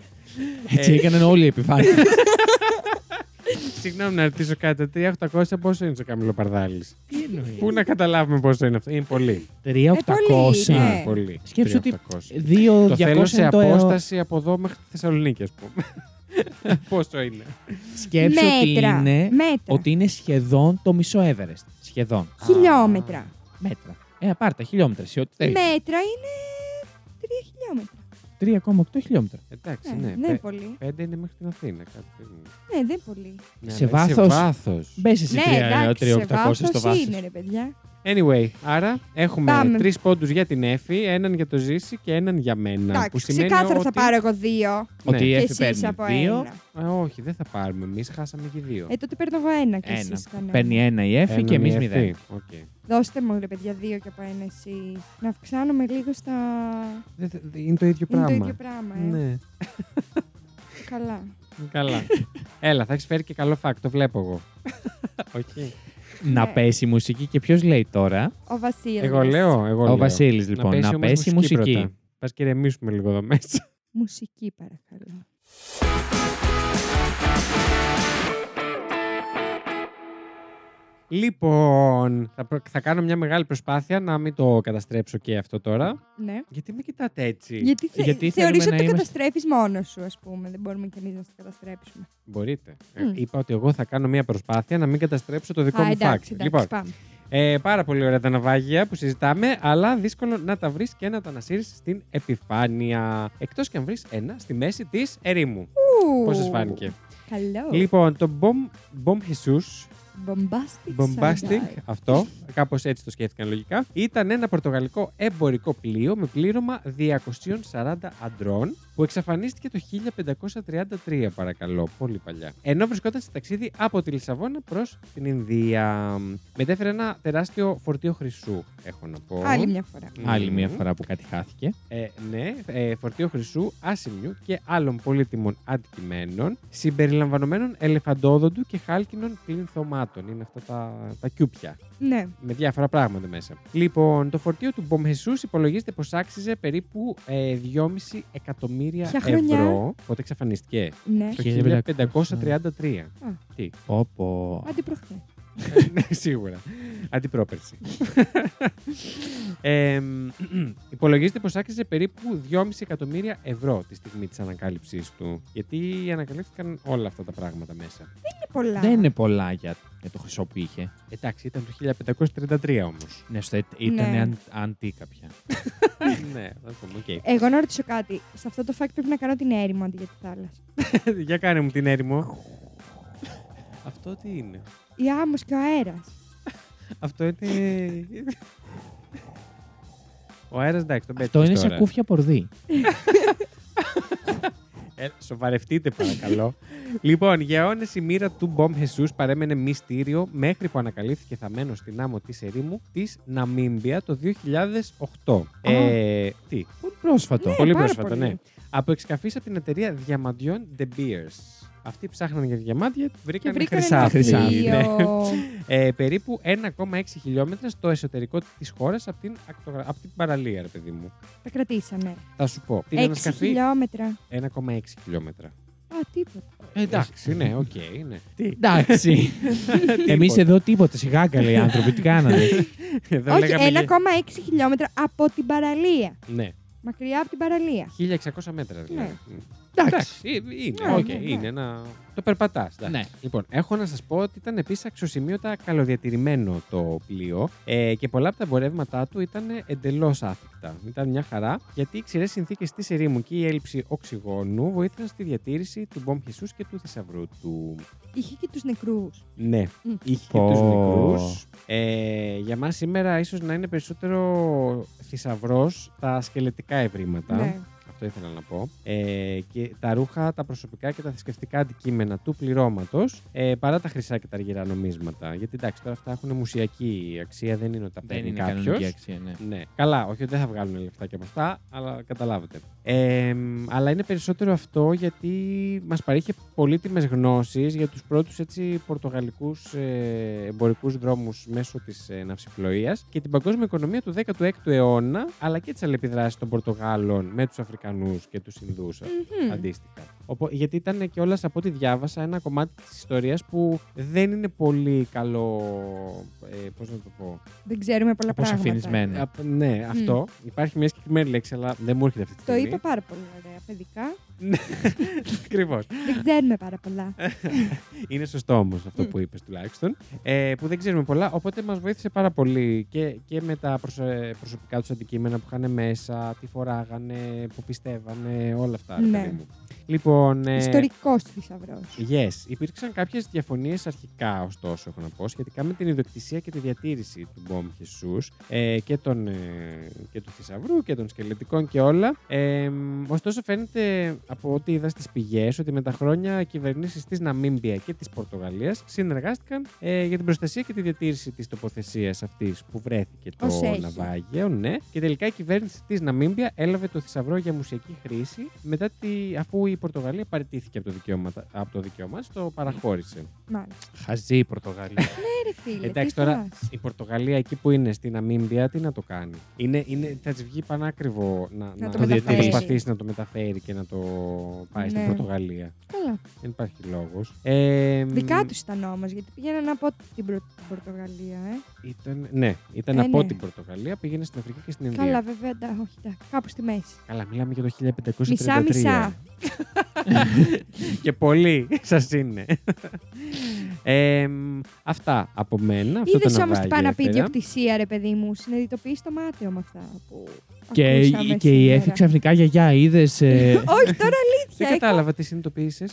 Έτσι Ε. έκαναν όλοι οι επιβάτες. Συγγνώμη να ρωτήσω κάτι. 3.800 πόσο είναι στο Καμιλό Παρδάλης. Τι εννοείς? Πού να καταλάβουμε πόσο είναι αυτό. Είναι πολύ. Ε, πολύ, 3.800. ναι. πολύ. Σκέψου ότι 3.800. Το θέλω 2.200 σε είναι το ε, απόσταση από εδώ μέχρι τη Θεσσαλονίκη, ας πούμε. Πόσο είναι. σκέψου ότι είναι Μέτρα. ότι είναι σχεδόν το μισό Everest. Σχεδόν. Χιλιόμετρα. Μέτρα. Ε, πάρτα, χιλιόμετρα. Σε ό,τι θέλεις. Μέτρα είναι 3 χιλιόμετρα. 3,8 χιλιόμετρα. Εντάξει, Ναι, ναι. δεν είναι Πέ- πολύ. Πέντε είναι μέχρι την Αθήνα. Κάτι τέτοιο. Ναι, δεν πολύ. Ναι, Σε αλλά βάθος. Σε βάθος. Μπες εσύ ναι, 3, εντάξει, σε 800 στο βάθος βάθος. είναι ρε παιδιά. Anyway, άρα έχουμε Πάμε. τρεις πόντους για την Εφη, έναν για το Ζήση και έναν για μένα. Εντάξει, ξεκάθαρα θα πάρω εγώ δύο Ναι. Ότι και η Εφη εσείς από παίρνει 2. ένα. Ε, όχι, δεν θα πάρουμε. Εμείς χάσαμε και δύο. Ε, τότε παίρνω εγώ ένα και Ένα. εσείς κανένα. Παίρνει ένα η Εφη και εμεί μηδέν. μηδέν. Okay. Δώστε μου ρε παιδιά δύο και από ένα εσείς. Να αυξάνομαι λίγο στα... Δεν θε- Είναι το ίδιο Είναι πράγμα. το ίδιο πράγμα, ε. Ναι. Καλά. Καλά. Έλα, θα έχεις φέρει και καλό φακ, το βλέπω εγώ. Όχι. Να Ναι. πέσει η μουσική και ποιος λέει τώρα. Ο Βασίλης. Εγώ λέω, εγώ λέω. Ο Βασίλης Να λοιπόν. Να όμως πέσει η μουσική. πρώτα. Πας και ρεμίσουμε λίγο εδώ μέσα. Μουσική παρακαλώ. λοιπόν, θα, προ- θα κάνω μια μεγάλη προσπάθεια να μην το καταστρέψω και αυτό τώρα. Ναι. Γιατί με κοιτάτε έτσι. Γιατί, θε... Γιατί θεωρείς θέλουμε ότι το να είμαστε- καταστρέφεις μόνος σου, ας πούμε. Δεν μπορούμε κι εμείς να το καταστρέψουμε. Μπορείτε. Ε, Μμ. Είπα ότι εγώ θα κάνω μια προσπάθεια να μην καταστρέψω το δικό Α, μου φακ. εντάξει, εντάξει, Λοιπόν, πάμε. ε, πάρα πολύ ωραία τα ναυάγια που συζητάμε, αλλά δύσκολο να τα βρεις και να τα ανασύρεις στην επιφάνεια. Εκτός και αν βρεις ένα στη μέση της ερήμου. Ου, Πώς σας φάνηκε. Καλό. Λοιπόν, το Bom, Bom Jesus, Bombastic. Bombastic, side-eye. αυτό, κάπως έτσι το σκέφτηκαν λογικά, ήταν ένα πορτογαλικό εμπορικό πλοίο με πλήρωμα 240 αντρών που εξαφανίστηκε το 1533, παρακαλώ, πολύ παλιά. Ενώ βρισκόταν σε ταξίδι από τη Λισαβόνα προς την Ινδία. Μετέφερε ένα τεράστιο φορτίο χρυσού, έχω να πω. Άλλη μια φορά. Μμμ. Άλλη μια φορά που κάτι χάθηκε. Ε, ναι, ε, φορτίο χρυσού, άσημιου και άλλων πολύτιμων αντικειμένων, συμπεριλαμβανομένων ελεφαντόδοντου και χάλκινων πληνθωμάτων. Είναι αυτά τα, τα κιούπια Ναι. με διάφορα πράγματα μέσα. Λοιπόν, το φορτίο του Μπομεσού υπολογίζεται πως άξιζε περίπου ε, 2,5 εκατομμύρια Ποια χρονιά? ευρώ. Πότε εξαφανίστηκε. Ναι. Το 1533. 1533. Τι. Όπω. Αντιπροχθέ. Ε, ναι, σίγουρα. Αντιπρόπερση. ε, μ, υπολογίζεται πως άξιζε περίπου 2,5 εκατομμύρια ευρώ τη στιγμή της ανακάλυψής του. Γιατί ανακαλύφθηκαν όλα αυτά τα πράγματα μέσα. Είναι πολλά. Δεν είναι πολλά για, για το χρυσό που είχε. Εντάξει, ήταν το 1533 όμως. Ναι, στο, ήταν Ναι. αν, αντίκα πια. ναι, θα το πούμε. οκ. Εγώ να ρωτήσω κάτι. Σε αυτό το fact πρέπει να κάνω την έρημο αντί για τη θάλασσα. Για κάνε μου την έρημο. Αυτό τι είναι. Η άμμος και ο αέρας. Αυτό είναι. Ο αέρας εντάξει, τον Αυτό πέτυχες. είναι σε κούφια πορδί. Ε, σοβαρευτείτε, παρακαλώ. λοιπόν, για αιώνες η μοίρα του Μπομ Χεσούς παρέμενε μυστήριο μέχρι που ανακαλύφθηκε θαμένο στην άμμο της ερήμου της Ναμίμπια το 2008. Α. Ε, τι. Πολύ πρόσφατο. Ναι, πολύ πάρα πρόσφατο, πολύ. ναι. Από εξκαφής από την εταιρεία διαμαντιών De Beers. Αυτοί ψάχναν για διαμάντια, βρήκαν, Και βρήκαν χρυσά. ένα χρυσάφι, θείο. ναι. Ε, περίπου 1,6 χιλιόμετρα στο εσωτερικό της χώρας από την, ακτογρα- απ' την παραλία, ρε παιδί μου. Τα κρατήσαμε. Θα σου πω. Την 6 ανασκαφή χιλιόμετρα. 1,6 χιλιόμετρα. Α, τίποτα. Ε, εντάξει, ναι, οκ, ναι. Τι, Εντάξει. Εμείς εδώ τίποτα. Σιγά καλοί άνθρωποι. Τι κάνανε. εδώ Όχι, λέγαμε για- 1,6 χιλιόμετρα από την παραλία. Ναι, Μακριά από την παραλία. 1600 μέτρα δηλαδή. Μ. Εντάξει. Εντάξει, ε, είναι, Ναι, οκ, ναι, ναι. είναι ένα. Το περπατάς. Ναι. Λοιπόν, έχω να σας πω ότι ήταν επίσης αξιοσημείωτα καλοδιατηρημένο το πλοίο ε, και πολλά από τα εμπορεύματά του ήταν εντελώς άθικτα. Ήταν μια χαρά, γιατί οι ξηρές συνθήκες της ερήμου και η έλλειψη οξυγόνου βοήθησαν στη διατήρηση του Μπομ Χισού και του θησαυρού του. Είχε και τους νεκρούς. Ναι, Μμ. είχε και Πω. τους μικρού. Ε, για μας σήμερα ίσως να είναι περισσότερο θησαυρός τα σκελετικά ευρήματα. Ναι. Αυτό ήθελα να πω. Ε, και τα ρούχα, τα προσωπικά και τα θρησκευτικά αντικείμενα του πληρώματος ε, παρά τα χρυσά και τα αργυρά νομίσματα. Γιατί εντάξει, τώρα αυτά έχουν μουσιακή αξία, δεν είναι ότι τα Δεν παίρνει είναι κάποιο. κανονική αξία, ναι. Ναι. Καλά, όχι ότι δεν θα βγάλουν λεφτά και από αυτά, αλλά καταλάβετε. Ε, μ, αλλά είναι περισσότερο αυτό γιατί μας παρήχε πολύτιμες γνώσεις για τους πρώτους έτσι πορτογαλικούς ε, εμπορικούς δρόμους μέσω της ε, ναυσιπλοείας και την παγκόσμια οικονομία του 16ου αιώνα, αλλά και τις αλληλεπιδράσεις των Πορτογάλων με τους Αφρικανούς και τους Ινδούς Μμμ. αντίστοιχα. Οπο- γιατί ήταν και όλα από ό,τι διάβασα ένα κομμάτι της ιστορίας που δεν είναι πολύ καλό. Ε, Πώς να το πω. Δεν ξέρουμε πολλά πράγματα. Αποσαφινισμένο. Α, ναι, αυτό. Υπάρχει μια συγκεκριμένη λέξη, αλλά δεν μου έρχεται αυτή τη Το στιγμή. είπε πάρα πολύ ωραία, παιδικά. Ακριβώς. Δεν ξέρουμε πάρα πολλά. Είναι σωστό όμως αυτό Μμ. που είπες τουλάχιστον. Ε, που δεν ξέρουμε πολλά. Οπότε μας βοήθησε πάρα πολύ και, και με τα προσε- προσωπικά τους αντικείμενα που είχαν μέσα, τι φοράγανε, που πιστεύανε, όλα αυτά. ρε Ναι. παιδί μου. Λοιπόν. ε, Ιστορικός θησαυρός. Yes. Υπήρξαν κάποιες διαφωνίες αρχικά, ωστόσο, έχω να πω, σχετικά με την ιδιοκτησία και τη διατήρηση του Μπομ Χεσούς ε, και, των, ε, και του θησαυρού και των σκελετικών και όλα. Ε, μ, ωστόσο, φαίνεται από ό,τι είδα στις πηγές ότι με τα χρόνια οι κυβερνήσεις της Ναμίμπια και της Πορτογαλίας συνεργάστηκαν ε, για την προστασία και τη διατήρηση της τοποθεσίας αυτής που βρέθηκε το Ως έχει. ναυάγιο. Ναι. Και τελικά η κυβέρνηση της Ναμίμπια έλαβε το θησαυρό για μουσιακή χρήση μετά τη, αφού η Πορτογαλία παραιτήθηκε από το δικαίωμα, από το δικαίωμα της, το παραχώρησε. Μάλιστα. Χαζή η Πορτογαλία. Ε, ρε φίλε. Εντάξει, τι τώρα- φας. Η Πορτογαλία εκεί που είναι, στην Αμίμπια, τι να το κάνει. Είναι, είναι, θα της βγει πανάκριβο να, να, το να μεταφέρει. προσπαθήσει να το μεταφέρει και να το πάει στην Ναι. Πορτογαλία. Καλά. Δεν υπάρχει λόγος. Ε, μ, Δικά τους ήταν όμως, γιατί πήγαιναν από την Πρω- την Πορτογαλία, ε. Ήταν, ναι, ήταν Ε, από ναι. την Πορτογαλία, πήγαινε στην Αφρική και στην Ινδία. Καλά, βέβαια. εντά- Όχι, εντάξει, κάπου στη μέση. Καλά, μιλάμε για το 1533. Μισά-μισά. και πολύ σας είναι. Ε, μ, αυτά από μένα. Αυτό το Είδε όμω τι ναυάγιο πάει να πει η έφερα. ιδιοκτησία, ρε παιδί μου. Συνειδητοποιείς το μάταιο με αυτά που. Και, ακούσαμε και η σήμερα. έφη ξαφνικά γιαγιά, είδες. Ε, Όχι, τώρα Δεν αλήθεια. έχω κατάλαβα τι συνειδητοποίησες.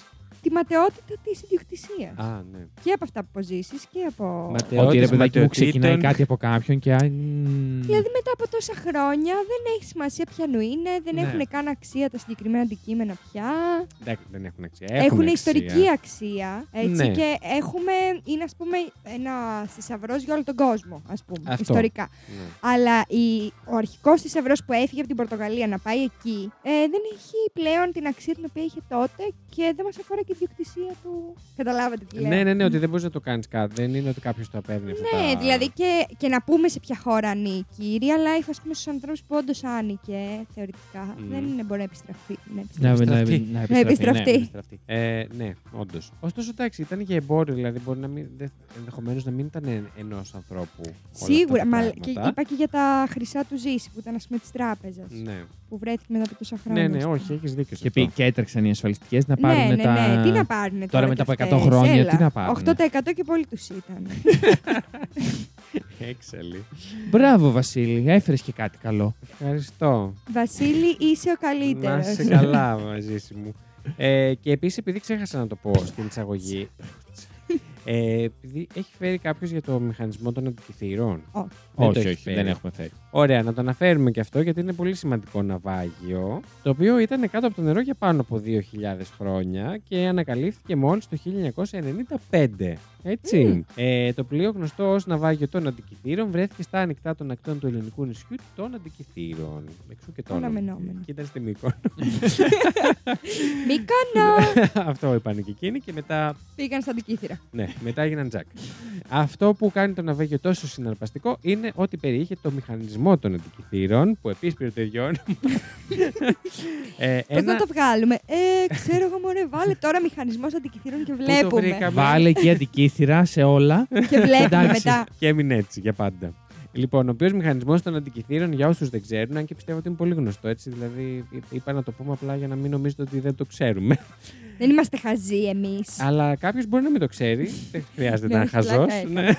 Τη ματαιότητα της ιδιοκτησίας. Α, ναι. Και από αυτά που αποζήσεις και από. Ματαιότητα. Ε, ότι ρε Θεότης παιδάκι μου ξεκινάει ματαιοτήτων. κάτι από κάποιον και. αν- Δηλαδή μετά από τόσα χρόνια δεν έχει σημασία ποιανού είναι, δεν Ναι. έχουν καν αξία τα συγκεκριμένα αντικείμενα πια. Εντάξει, δεν έχουν αξία. Έχουν, αξία. ιστορική αξία. Έτσι, Ναι. Και έχουμε, είναι ας πούμε ένα θησαυρός για όλο τον κόσμο, ας πούμε. Αυτό. Ιστορικά. Ναι. Αλλά η, ο αρχικός θησαυρός που έφυγε από την Πορτογαλία να πάει εκεί ε, δεν έχει πλέον την αξία την οποία είχε τότε και δεν μας αφορά και η διοκτησία του. Καταλάβατε τι λέω. Ναι, ναι, ναι, ότι δεν μπορείς να το κάνεις κάτι. Δεν είναι ότι κάποιος το απέρνει αυτά. Ναι, τα- δηλαδή και, και να πούμε σε ποια χώρα ανήκει. Η Real life, ας πούμε, στους ανθρώπους που όντως άνοικε θεωρητικά, Μμμ. δεν είναι, μπορεί να επιστραφεί. Να επιστραφεί. Να, να, να, Επιστραφτεί. να Να επιστραφτεί. ναι. επιστραφτεί. Στραφτή. Ε, ναι, όντως. Ωστόσο, εντάξει, ήταν για εμπόριο, δηλαδή μπορεί να μην. ενδεχομένως να μην ήταν ενός ανθρώπου. όλα αυτά τα Σίγουρα. Μα, και πράγματα. είπα και για τα χρυσά του Ζήση που ήταν, ας πούμε, της τράπεζας Ναι. που βρέθηκε μετά από τόσα χρόνια. ναι, ναι, όχι, έχεις δίκιο. σε Και, αυτό. πει- και έτρεξαν οι ασφαλιστικές να Ναι, πάρουν ναι, ναι, τα. Τι να πάρουν τώρα. μετά κι από 100 αυτές, χρόνια, έλα. τι να πάρουνε. 8% και πολύ τους ήταν. Έξαλλη. Μπράβο, Βασίλη, έφερες και κάτι καλό. Ευχαριστώ. Βασίλη, είσαι ο Να καλύτερο. είσαι καλά μαζί μου. Ε, και επίσης, επειδή ξέχασα να το πω στην εισαγωγή. ε, επειδή έχει φέρει κάποιος για το μηχανισμό των αντικειθήρων. Όχι. Δεν το όχι, έχει όχι, φέρει. δεν έχουμε φέρει. Ωραία, να το αναφέρουμε και αυτό γιατί είναι πολύ σημαντικό ναυάγιο. Το οποίο ήταν κάτω από το νερό για πάνω από 2.000 χρόνια και ανακαλύφθηκε μόλις το 1995. Έτσι. Ε, το πλοίο, γνωστό ως ναυάγιο των Αντικειθήρων, βρέθηκε στα ανοιχτά των ακτών του ελληνικού νησιού των Αντικειθήρων. Εξού και το όνομα. Αναμενόμενο. Και ήταν στη Μύκονο. Μη κάνω. Αυτό είπαν και εκείνοι και μετά, Πήγαν στα αντικήθυρα. ναι, μετά έγιναν τζακ. Αυτό που κάνει το ναυάγιο τόσο συναρπαστικό είναι ότι περιείχε το μηχανισμό των αντικειθήρων, που επίσης πήρε το ίδιο όνομα. ε, Πώ να το βγάλουμε. Ε, ξέρω εγώ, μωρέ, βάλε τώρα μηχανισμός αντικειθήρων και βλέπουμε. βρήκα. Καμία. Βάλε και αντικύθυρα σε όλα. και βλέπουμε Εντάξει. μετά. Και έμεινε έτσι για πάντα. Λοιπόν, ο οποίος μηχανισμός των αντικειθήρων, για όσους δεν ξέρουν, αν και πιστεύω ότι είναι πολύ γνωστό, έτσι. Δηλαδή, εί- είπα να το πούμε απλά για να μην νομίζετε ότι δεν το ξέρουμε. Δεν είμαστε χαζοί εμείς. Αλλά κάποιος μπορεί να μην το ξέρει. Δεν χρειάζεται να είναι Ναι, πλάκα χαζό. έκανα.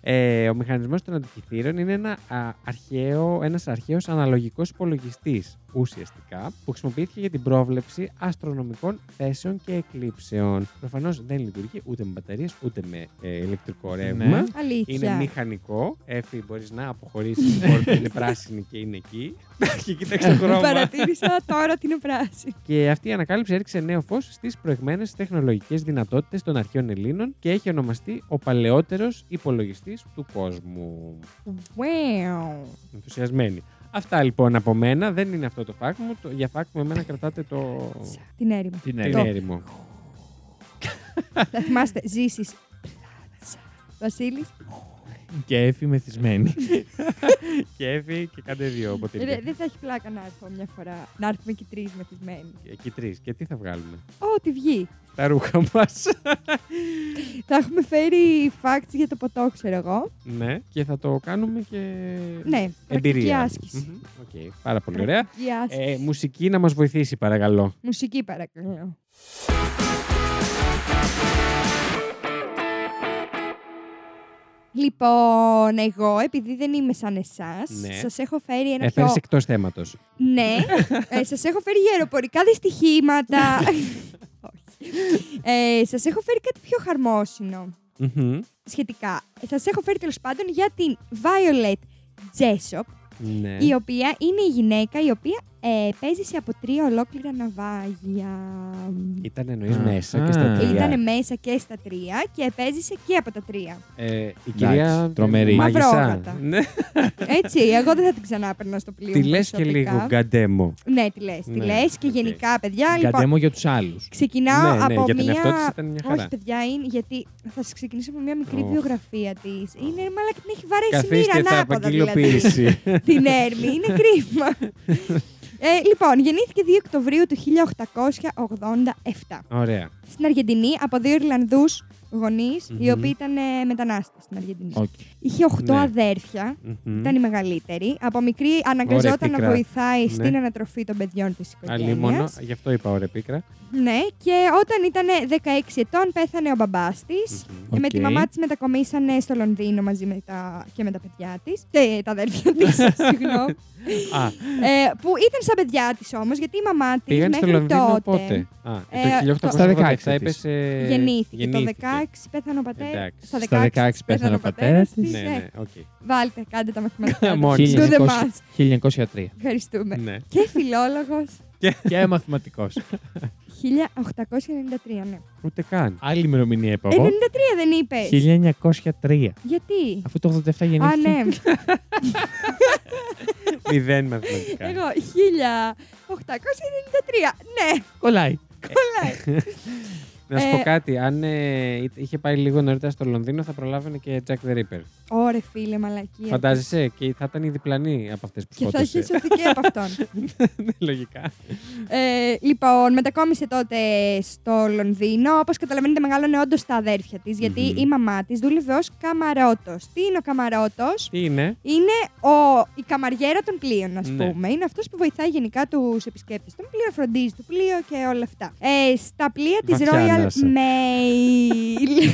ε, ο μηχανισμός των αντικειθήρων είναι ένα α, αρχαίο, ένας αρχαίος αναλογικός υπολογιστής ουσιαστικά που χρησιμοποιήθηκε για την πρόβλεψη αστρονομικών θέσεων και εκλήψεων. Προφανώς δεν λειτουργεί ούτε με μπαταρίες ούτε με ε, ηλεκτρικό ρεύμα. Ναι. Είναι Αλήθεια. μηχανικό. Έφη, μπορείς να αποχωρήσεις. Η πόρτα είναι πράσινη και είναι εκεί. και κοίταξε το χρώμα. Παρατήρησα τώρα την πράσινη. Και αυτή η ανακάλυψη έριξε νέο φως στις προηγμένες τεχνολογικές δυνατότητες των αρχαίων Ελλήνων και έχει ονομαστεί ο παλαιότερος υπολογιστής του κόσμου. Wow. Ενθουσιασμένη. Αυτά λοιπόν από μένα. Δεν είναι αυτό το fact μου. Το, για fact μου εμένα κρατάτε το. Την έρημο. Την την έρευνα. έρημο. Θα θυμάστε, ζήσεις. Βασίλης. και έφη μεθυσμένη. και έφη και κάντε δύο Ρε, ποτήρια. ε, Δεν θα έχει πλάκα να έρθω μια φορά. Να έρθουμε και τρεις μεθυσμένοι. Εκεί τρεις. Και τι θα βγάλουμε. Ό,τι βγει. Τα ρούχα μας. Θα έχουμε φέρει facts για το ποτό, ξέρω εγώ. ναι. Και θα το κάνουμε και. Ναι, πρακτική Εμπειρία. άσκηση. Μμμ. Οκ. Πάρα πολύ ωραία. Πρακτική άσκηση. Ε, μουσική να μας βοηθήσει παρακαλώ. Μουσική παρακαλώ. Λοιπόν, εγώ επειδή δεν είμαι σαν εσάς, Ναι. σας σα έχω φέρει ένα πιο. Έφερε εκτός θέματος. Ναι, ε, σας έχω φέρει για αεροπορικά δυστυχήματα. Όχι. Ε, σας έχω φέρει κάτι πιο χαρμόσυνο σχετικά. Σας έχω φέρει τέλος πάντων για την Violet Jessop, Ναι. η οποία είναι η γυναίκα η οποία ε, παίζεις από τρία ολόκληρα ναυάγια. Ήταν εννοείς Α, μέσα α. και στα τρία. Ήταν μέσα και στα τρία και επέζησε και από τα τρία. Ε, η κυρία Εντάξει, τρομερή. Μάγισσα. Μαυρόγατα. Ναι. Έτσι, εγώ δεν θα την ξανά παίρνω στο πλοίο. Τη μου λες και προσωπικά. λίγο γκαντέμο. Ναι, τη λες. Τη Ναι, λες και οκ. γενικά, παιδιά. Λοιπόν, Κατέμω για τους άλλους. Ναι, Ξεκινάω ναι, από για τον μία. εαυτό της ήταν μια χαρά. Όχι, παιδιά, είναι γιατί θα σας ξεκινήσω από μία μικρή Οχ. βιογραφία της. Είναι μάλλον την έχει βαρέσει η μοίρα Καθίστε, θα Ε, ανάποδα δηλαδή. απαγγελιοποιήσει. την έρμη, είναι κρίμα. ε, λοιπόν, γεννήθηκε 2 Οκτωβρίου του 1887 Ωραία. στην Αργεντινή από δύο Ιρλανδούς οι Μμμ. οποίοι ήταν ε, μετανάστες στην Αργεντινή. Οκ. Είχε 8 Ναι. αδέρφια, Μμμ. ήταν η μεγαλύτερη. Από μικρή αναγκαζόταν να πίκρα. βοηθάει Ναι. στην ανατροφή των παιδιών της Αλίμονο, οικογένεια. γι' αυτό είπα ωραία πίκρα. Ναι, και όταν ήταν 16 ετών πέθανε ο μπαμπάς της. Μμμ. Με Οκ. τη μαμά της μετακομίσανε στο Λονδίνο μαζί με τα, και με τα παιδιά της. Ε, τα αδέρφια της, συγγνώμη. Α, ε, που ήταν σαν παιδιά της όμως, γιατί η μαμά της πήγαν μέχρι στο Λονδίνο τότε. πότε. Α, Ε, το στα 1887 16 έπεσε. Γεννήθηκε. ε, γεννήθηκε. Το 16 πέθανε ο πατέρας. Εντάξει. Στα 16, Στα 16 της πέθανε ο πατέρας πατέρας της. Ναι, Ε, ναι, οκ. Βάλτε, κάντε τα μαθηματικά. Μόνοι του σας. the 1900. maths. 1903. Ευχαριστούμε. Ναι. και φιλόλογος. και μαθηματικός. 1893, ναι. Ούτε καν. Άλλη ημερομηνία είπα 93 εγώ. δεν είπες. 1903. Γιατί. Αφού το 87 Α, γεννήθηκε. ναι. Μηδέν μαθηματικά. Εγώ 1893. Ναι, Κολλάει. κολλάει. Να σου Ε, πω κάτι. Αν ε, είχε πάει λίγο νωρίτερα στο Λονδίνο, θα προλάβαινε και Jack the Ripper. Ωρε φίλε, μαλακία. Φαντάζεσαι και θα ήταν η διπλανή από αυτές που Και θα είχε σκότωσε. σωθεί και από αυτόν. Ναι, Λογικά. ε, λοιπόν, μετακόμισε τότε στο Λονδίνο. Όπως καταλαβαίνετε, μεγάλωνε όντως τα αδέρφια της, γιατί Μμμ. η μαμά της δούλευε ως καμαρότος. Τι είναι ο καμαρότος, Τι είναι. Είναι ο, η καμαριέρα των πλοίων, ας Ναι. πούμε. Είναι αυτός που βοηθάει γενικά τους επισκέπτες των πλοίων, φροντίζει το πλοίο και όλα αυτά. Ε, στα πλοία της Βαθιά Royal ανάσα. Mail.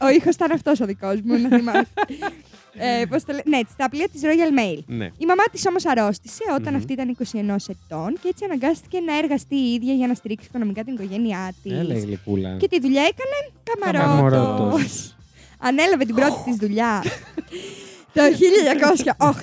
ο ήχος ήταν αυτός ο δικός μου, να θυμάστε. ε, πώς το λέ- Ναι, στα πλοία της Royal Mail. Ναι. Η μαμά της όμως αρρώστησε όταν Μμμ. αυτή ήταν 21 ετών και έτσι αναγκάστηκε να εργαστεί η ίδια για να στηρίξει οικονομικά την οικογένειά της. Έλα η γλυκούλα. Και τη δουλειά έκανε καμαρότος. Καμαρότος. Ανέλαβε την πρώτη της δουλειά το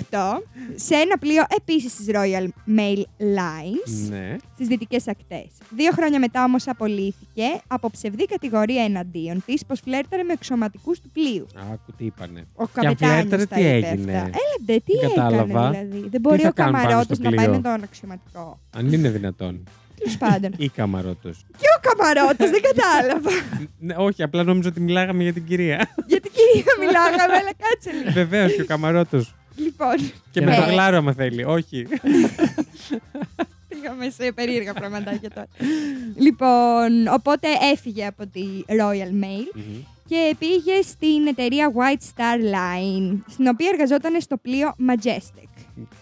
1908 σε ένα πλοίο επίσης της Royal Mail Lines Ναι. στις δυτικές ακτές. Δύο χρόνια μετά όμως απολύθηκε από ψευδή κατηγορία εναντίον της πως φλέρταρε με εξωματικούς του πλοίου. Άκου τι είπανε. Ο αν φλέρταρε, καπετάνιος τα τι είπε έγινε? αυτά. Έλαντε, τι Δεν κατάλαβα. έκανε δηλαδή. Δεν μπορεί θα ο κάνουν πάνω καμαρότος στο να πάει πλοίο? με τον αξιωματικό. Αν είναι δυνατόν. Τέλος πάντων. Ή καμαρότος. Και ο καμαρότος, δεν κατάλαβα. ναι, όχι, απλά νόμιζα ότι μιλάγαμε για την κυρία. Γιατί κυρία μιλάγαμε, αλλά κάτσε λίγο. Βεβαίως και ο καμαρότος. Λοιπόν, Και Και με το ναι. γλάρο, άμα θέλει. Όχι. Πήγαμε σε περίεργα πραγματάκια τώρα. λοιπόν, οπότε έφυγε από τη Royal Mail Μμμ. και πήγε στην εταιρεία White Star Line, στην οποία εργαζόταν στο πλοίο Majestic.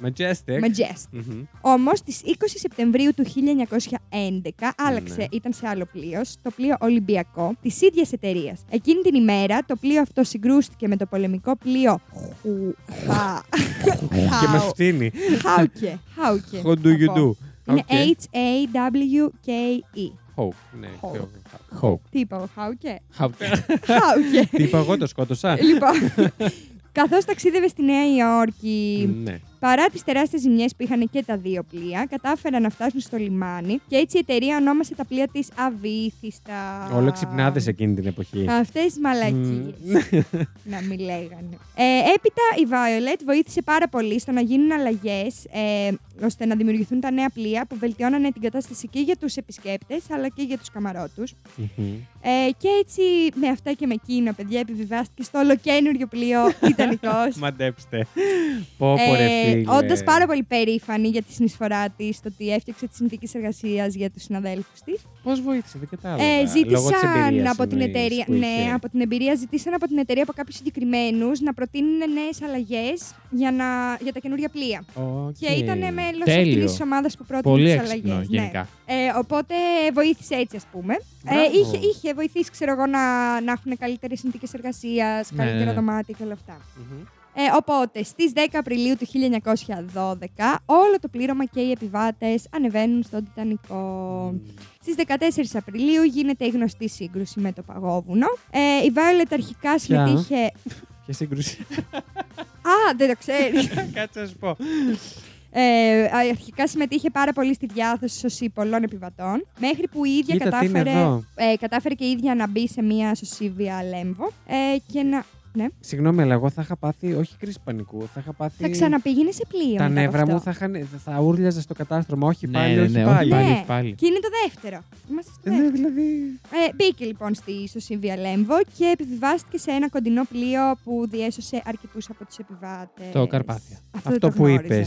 Majestic. Majestic. Μμμ. Όμως, στις 20 Σεπτεμβρίου του 1911 άλλαξε, Ναι. ήταν σε άλλο πλοίο, στο πλοίο Ολυμπιακό της ίδιας εταιρείας. Εκείνη την ημέρα το πλοίο αυτό συγκρούστηκε με το πολεμικό πλοίο Χουχα. Και με φτύνει. Χάουκε. Χάουκε. How do θα you πω. do? Είναι Οκ. H-A-W-K-E. Hope. Ναι, Hope. ξέρω. Χοκ. Τι είπα, εγώ, Χάουκε. Χαου- Χάουκε. Τι είπα εγώ, το σκότωσα. λοιπόν, καθώς ταξίδευε στη Νέα Υόρκη, Ναι. Παρά τις τεράστιες ζημιές που είχαν και τα δύο πλοία, κατάφεραν να φτάσουν στο λιμάνι και έτσι η εταιρεία ονόμασε τα πλοία της Αβήθιστα. Όλο ξυπνάδες εκείνη την εποχή. Αυτές τις μαλακίες. να μην λέγανε. Ε, έπειτα η Violet βοήθησε πάρα πολύ στο να γίνουν αλλαγές ε, ώστε να δημιουργηθούν τα νέα πλοία που βελτιώνανε την κατάσταση και για τους επισκέπτες αλλά και για τους καμαρότους. Μμμ. Ε, και έτσι με αυτά και με εκείνα, παιδιά, επιβιβάστηκε στο ολοκένουργιο πλοίο Ιταλικός. Μαντέψτε. Πω πω ρε φίλε. Όντω Ε, πάρα πολύ περήφανη για τη συνεισφορά της στο ότι έφτιαξε τις συνθήκες εργασίας για τους συναδέλφους της. Πώς βοήθησε, δεν κατάλαβα. Ε, Λόγω της ζήτησαν εμπειρίας από την εννοείς εταιρεία. που Ναι, είχε. από την εμπειρία ζητήσαν από την εταιρεία από κάποιους συγκεκριμένους να προτείνουν νέες αλλαγές για, να, για τα καινούργια πλοία. Οκ. Και ήταν μέλος Τέλειο. αυτής της ομάδας που πρότεινε Πολύ τις έξυπνος αλλαγές. γενικά. Ε, οπότε βοήθησε έτσι, ας πούμε. Ε, Μπράβο. είχε, είχε βοηθήσει, ξέρω εγώ, να, να έχουν καλύτερες συνθήκες εργασίας, Ναι, καλύτερα ναι, ναι. δωμάτια και όλα αυτά. Μμμ. Ε, οπότε, στις 10 Απριλίου του 1912, όλο το πλήρωμα και οι επιβάτες ανεβαίνουν στον Τιτανικό. Στις 14 Απριλίου γίνεται η γνωστή σύγκρουση με το παγόβουνο. Ε, η Violet αρχικά συμμετείχε. Ποια σύγκρουση. Α, δεν το ξέρεις. Κάτσε να σου πω. Ε, αρχικά συμμετείχε πάρα πολύ στη διάθεση σωσή πολλών επιβατών, μέχρι που η ίδια Κοίτα, τι είναι κατάφερε, εδώ. ε, κατάφερε και η ίδια να μπει σε μια σωσίβια λέμβο ε, και να. Ναι. Συγγνώμη, αλλά εγώ θα είχα πάθει όχι κρίση πανικού. Θα είχα πάθει. Θα ξαναπήγαινε σε πλοίο. Τα μετά από νεύρα αυτό. μου θα, είχαν, θα ούρλιαζα στο κατάστρωμα. Όχι Ναι, πάλι, ναι, όχι ναι, όχι πάλι. πάλι. Ναι. Και είναι το δεύτερο. Είμαστε στο Ε, δεύτερο. ναι, δηλαδή. Ε, μπήκε λοιπόν στη σωσίβια λέμβο και επιβιβάστηκε σε ένα κοντινό πλοίο που διέσωσε αρκετούς από τους επιβάτες. Το Καρπάθια. Αυτό, δεν Αυτό το που γνώριζα. είπες.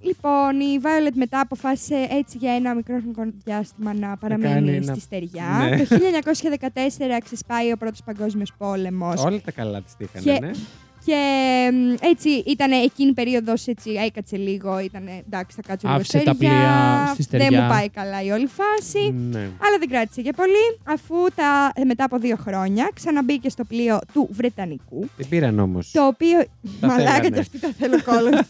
Λοιπόν, η Violet μετά αποφάσισε έτσι για ένα μικρό χρονικό διάστημα να παραμείνει κάνει ένα- στη στεριά. Ναι. Το 1914 ξεσπάει ο πρώτος παγκόσμιος πόλεμος Όλα τα καλά της Και- είχαν, ναι. και μ, έτσι ήταν εκείνη η περίοδος, έτσι έκατσε λίγο, ήταν εντάξει θα κάτσω λίγο Άφησε τα στεριά, πλοία στη στεριά. δεν μου πάει καλά η όλη φάση. Ναι. Αλλά δεν κράτησε για πολύ, αφού τα, ε, μετά από δύο χρόνια ξαναμπήκε στο πλοίο του Βρετανικού. Την πήραν όμως. Το οποίο. Τα Μαλάκα θέλανε. και αυτή τα θέλω κόλλος.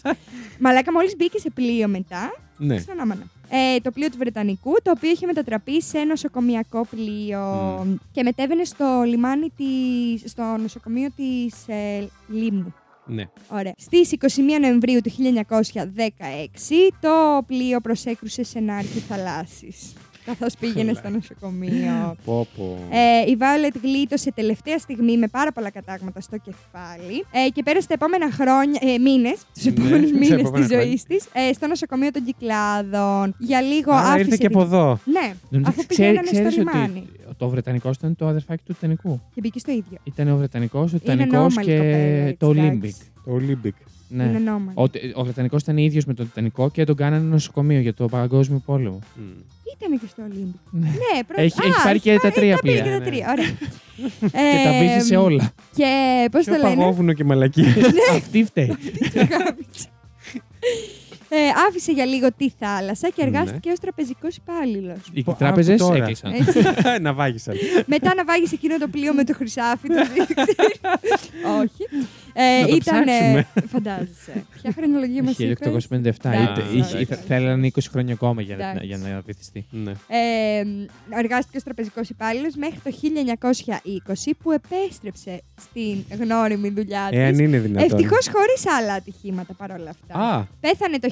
Μαλάκα, μόλις μπήκε σε πλοίο μετά, Ναι. Ξανά μάνα. Ε, το πλοίο του Βρετανικού, το οποίο είχε μετατραπεί σε νοσοκομιακό πλοίο Μμμ. και μετέβαινε στο λιμάνι της, στο νοσοκομείο της ε, Λίμνου. ναι. Ωραία. Στις 21 Νοεμβρίου του 1916 το πλοίο προσέκρουσε σε νάρκη θαλάσσης καθώς πήγαινε στο νοσοκομείο. Πω, πω. Ε, η Violet γλίτωσε τελευταία στιγμή με πάρα πολλά κατάγματα στο κεφάλι ε, και πέρασε τα επόμενα χρόνια, ε, μήνες, τους Ναι, επόμενους τα μήνες επόμενα της χρόνια. ζωής της ε, στο νοσοκομείο των Κυκλάδων. Για λίγο Άρα άφησε... ήρθε και την- από εδώ. Ναι, αφού πηγαίνανε στο λιμάνι. το Βρετανικός ήταν το αδερφάκι του Τιτανικού. Και μπήκε στο ίδιο. Ήταν ο Βρετανικός, ο Τιτανικό ανώμαλη κοπέλα, και έτσι, το Olympic. εντάξει. Το Olympic. Ναι. Είναι νόμα. Ο, ο Βρετανικός ήταν ίδιος με τον Τιτανικό και τον κάνανε νοσοκομείο για το Παγκόσμιο Πόλεμο. Μμ. Ήταν και στο Ολύμπικ. Ναι. ναι, πρώτα. Έχει- έχει πάρει και τα πήρε τρία πλοία, και τα ναι. τρία. Ωραία. Ε, και τα βύθισε σε όλα. Και πώς το Πιο λένε. παγόβουνο και μαλακή. Ναι. Αυτή φταίει. το γάμισε. Ε, άφησε για λίγο τη θάλασσα και Ναι. εργάστηκε ως τραπεζικός υπάλληλος. Οι Πω, άκου τράπεζε τώρα. έκλεισαν. Έτσι. να βάγισαν. Μετά να βάγεις εκείνο το πλοίο με το χρυσάφι. Το δείξε. Όχι. Ε, Να το ψάξουμε. Φαντάζεσαι. Ποια χρονολογία μας είπες. Ναι. 1857. Α, Είτε- είχε- εντάξει. είχε- Θέλανε 20 χρόνια ακόμα για να- Εντάξει. για να βυθιστεί. ναι. Ε, εργάστηκε ως τραπεζικός υπάλληλος μέχρι το 1920 που επέστρεψε στην γνώριμη δουλειά της. Εάν είναι δυνατόν. Ευτυχώς χωρίς άλλα ατυχήματα παρόλα αυτά. Α, Πέθανε το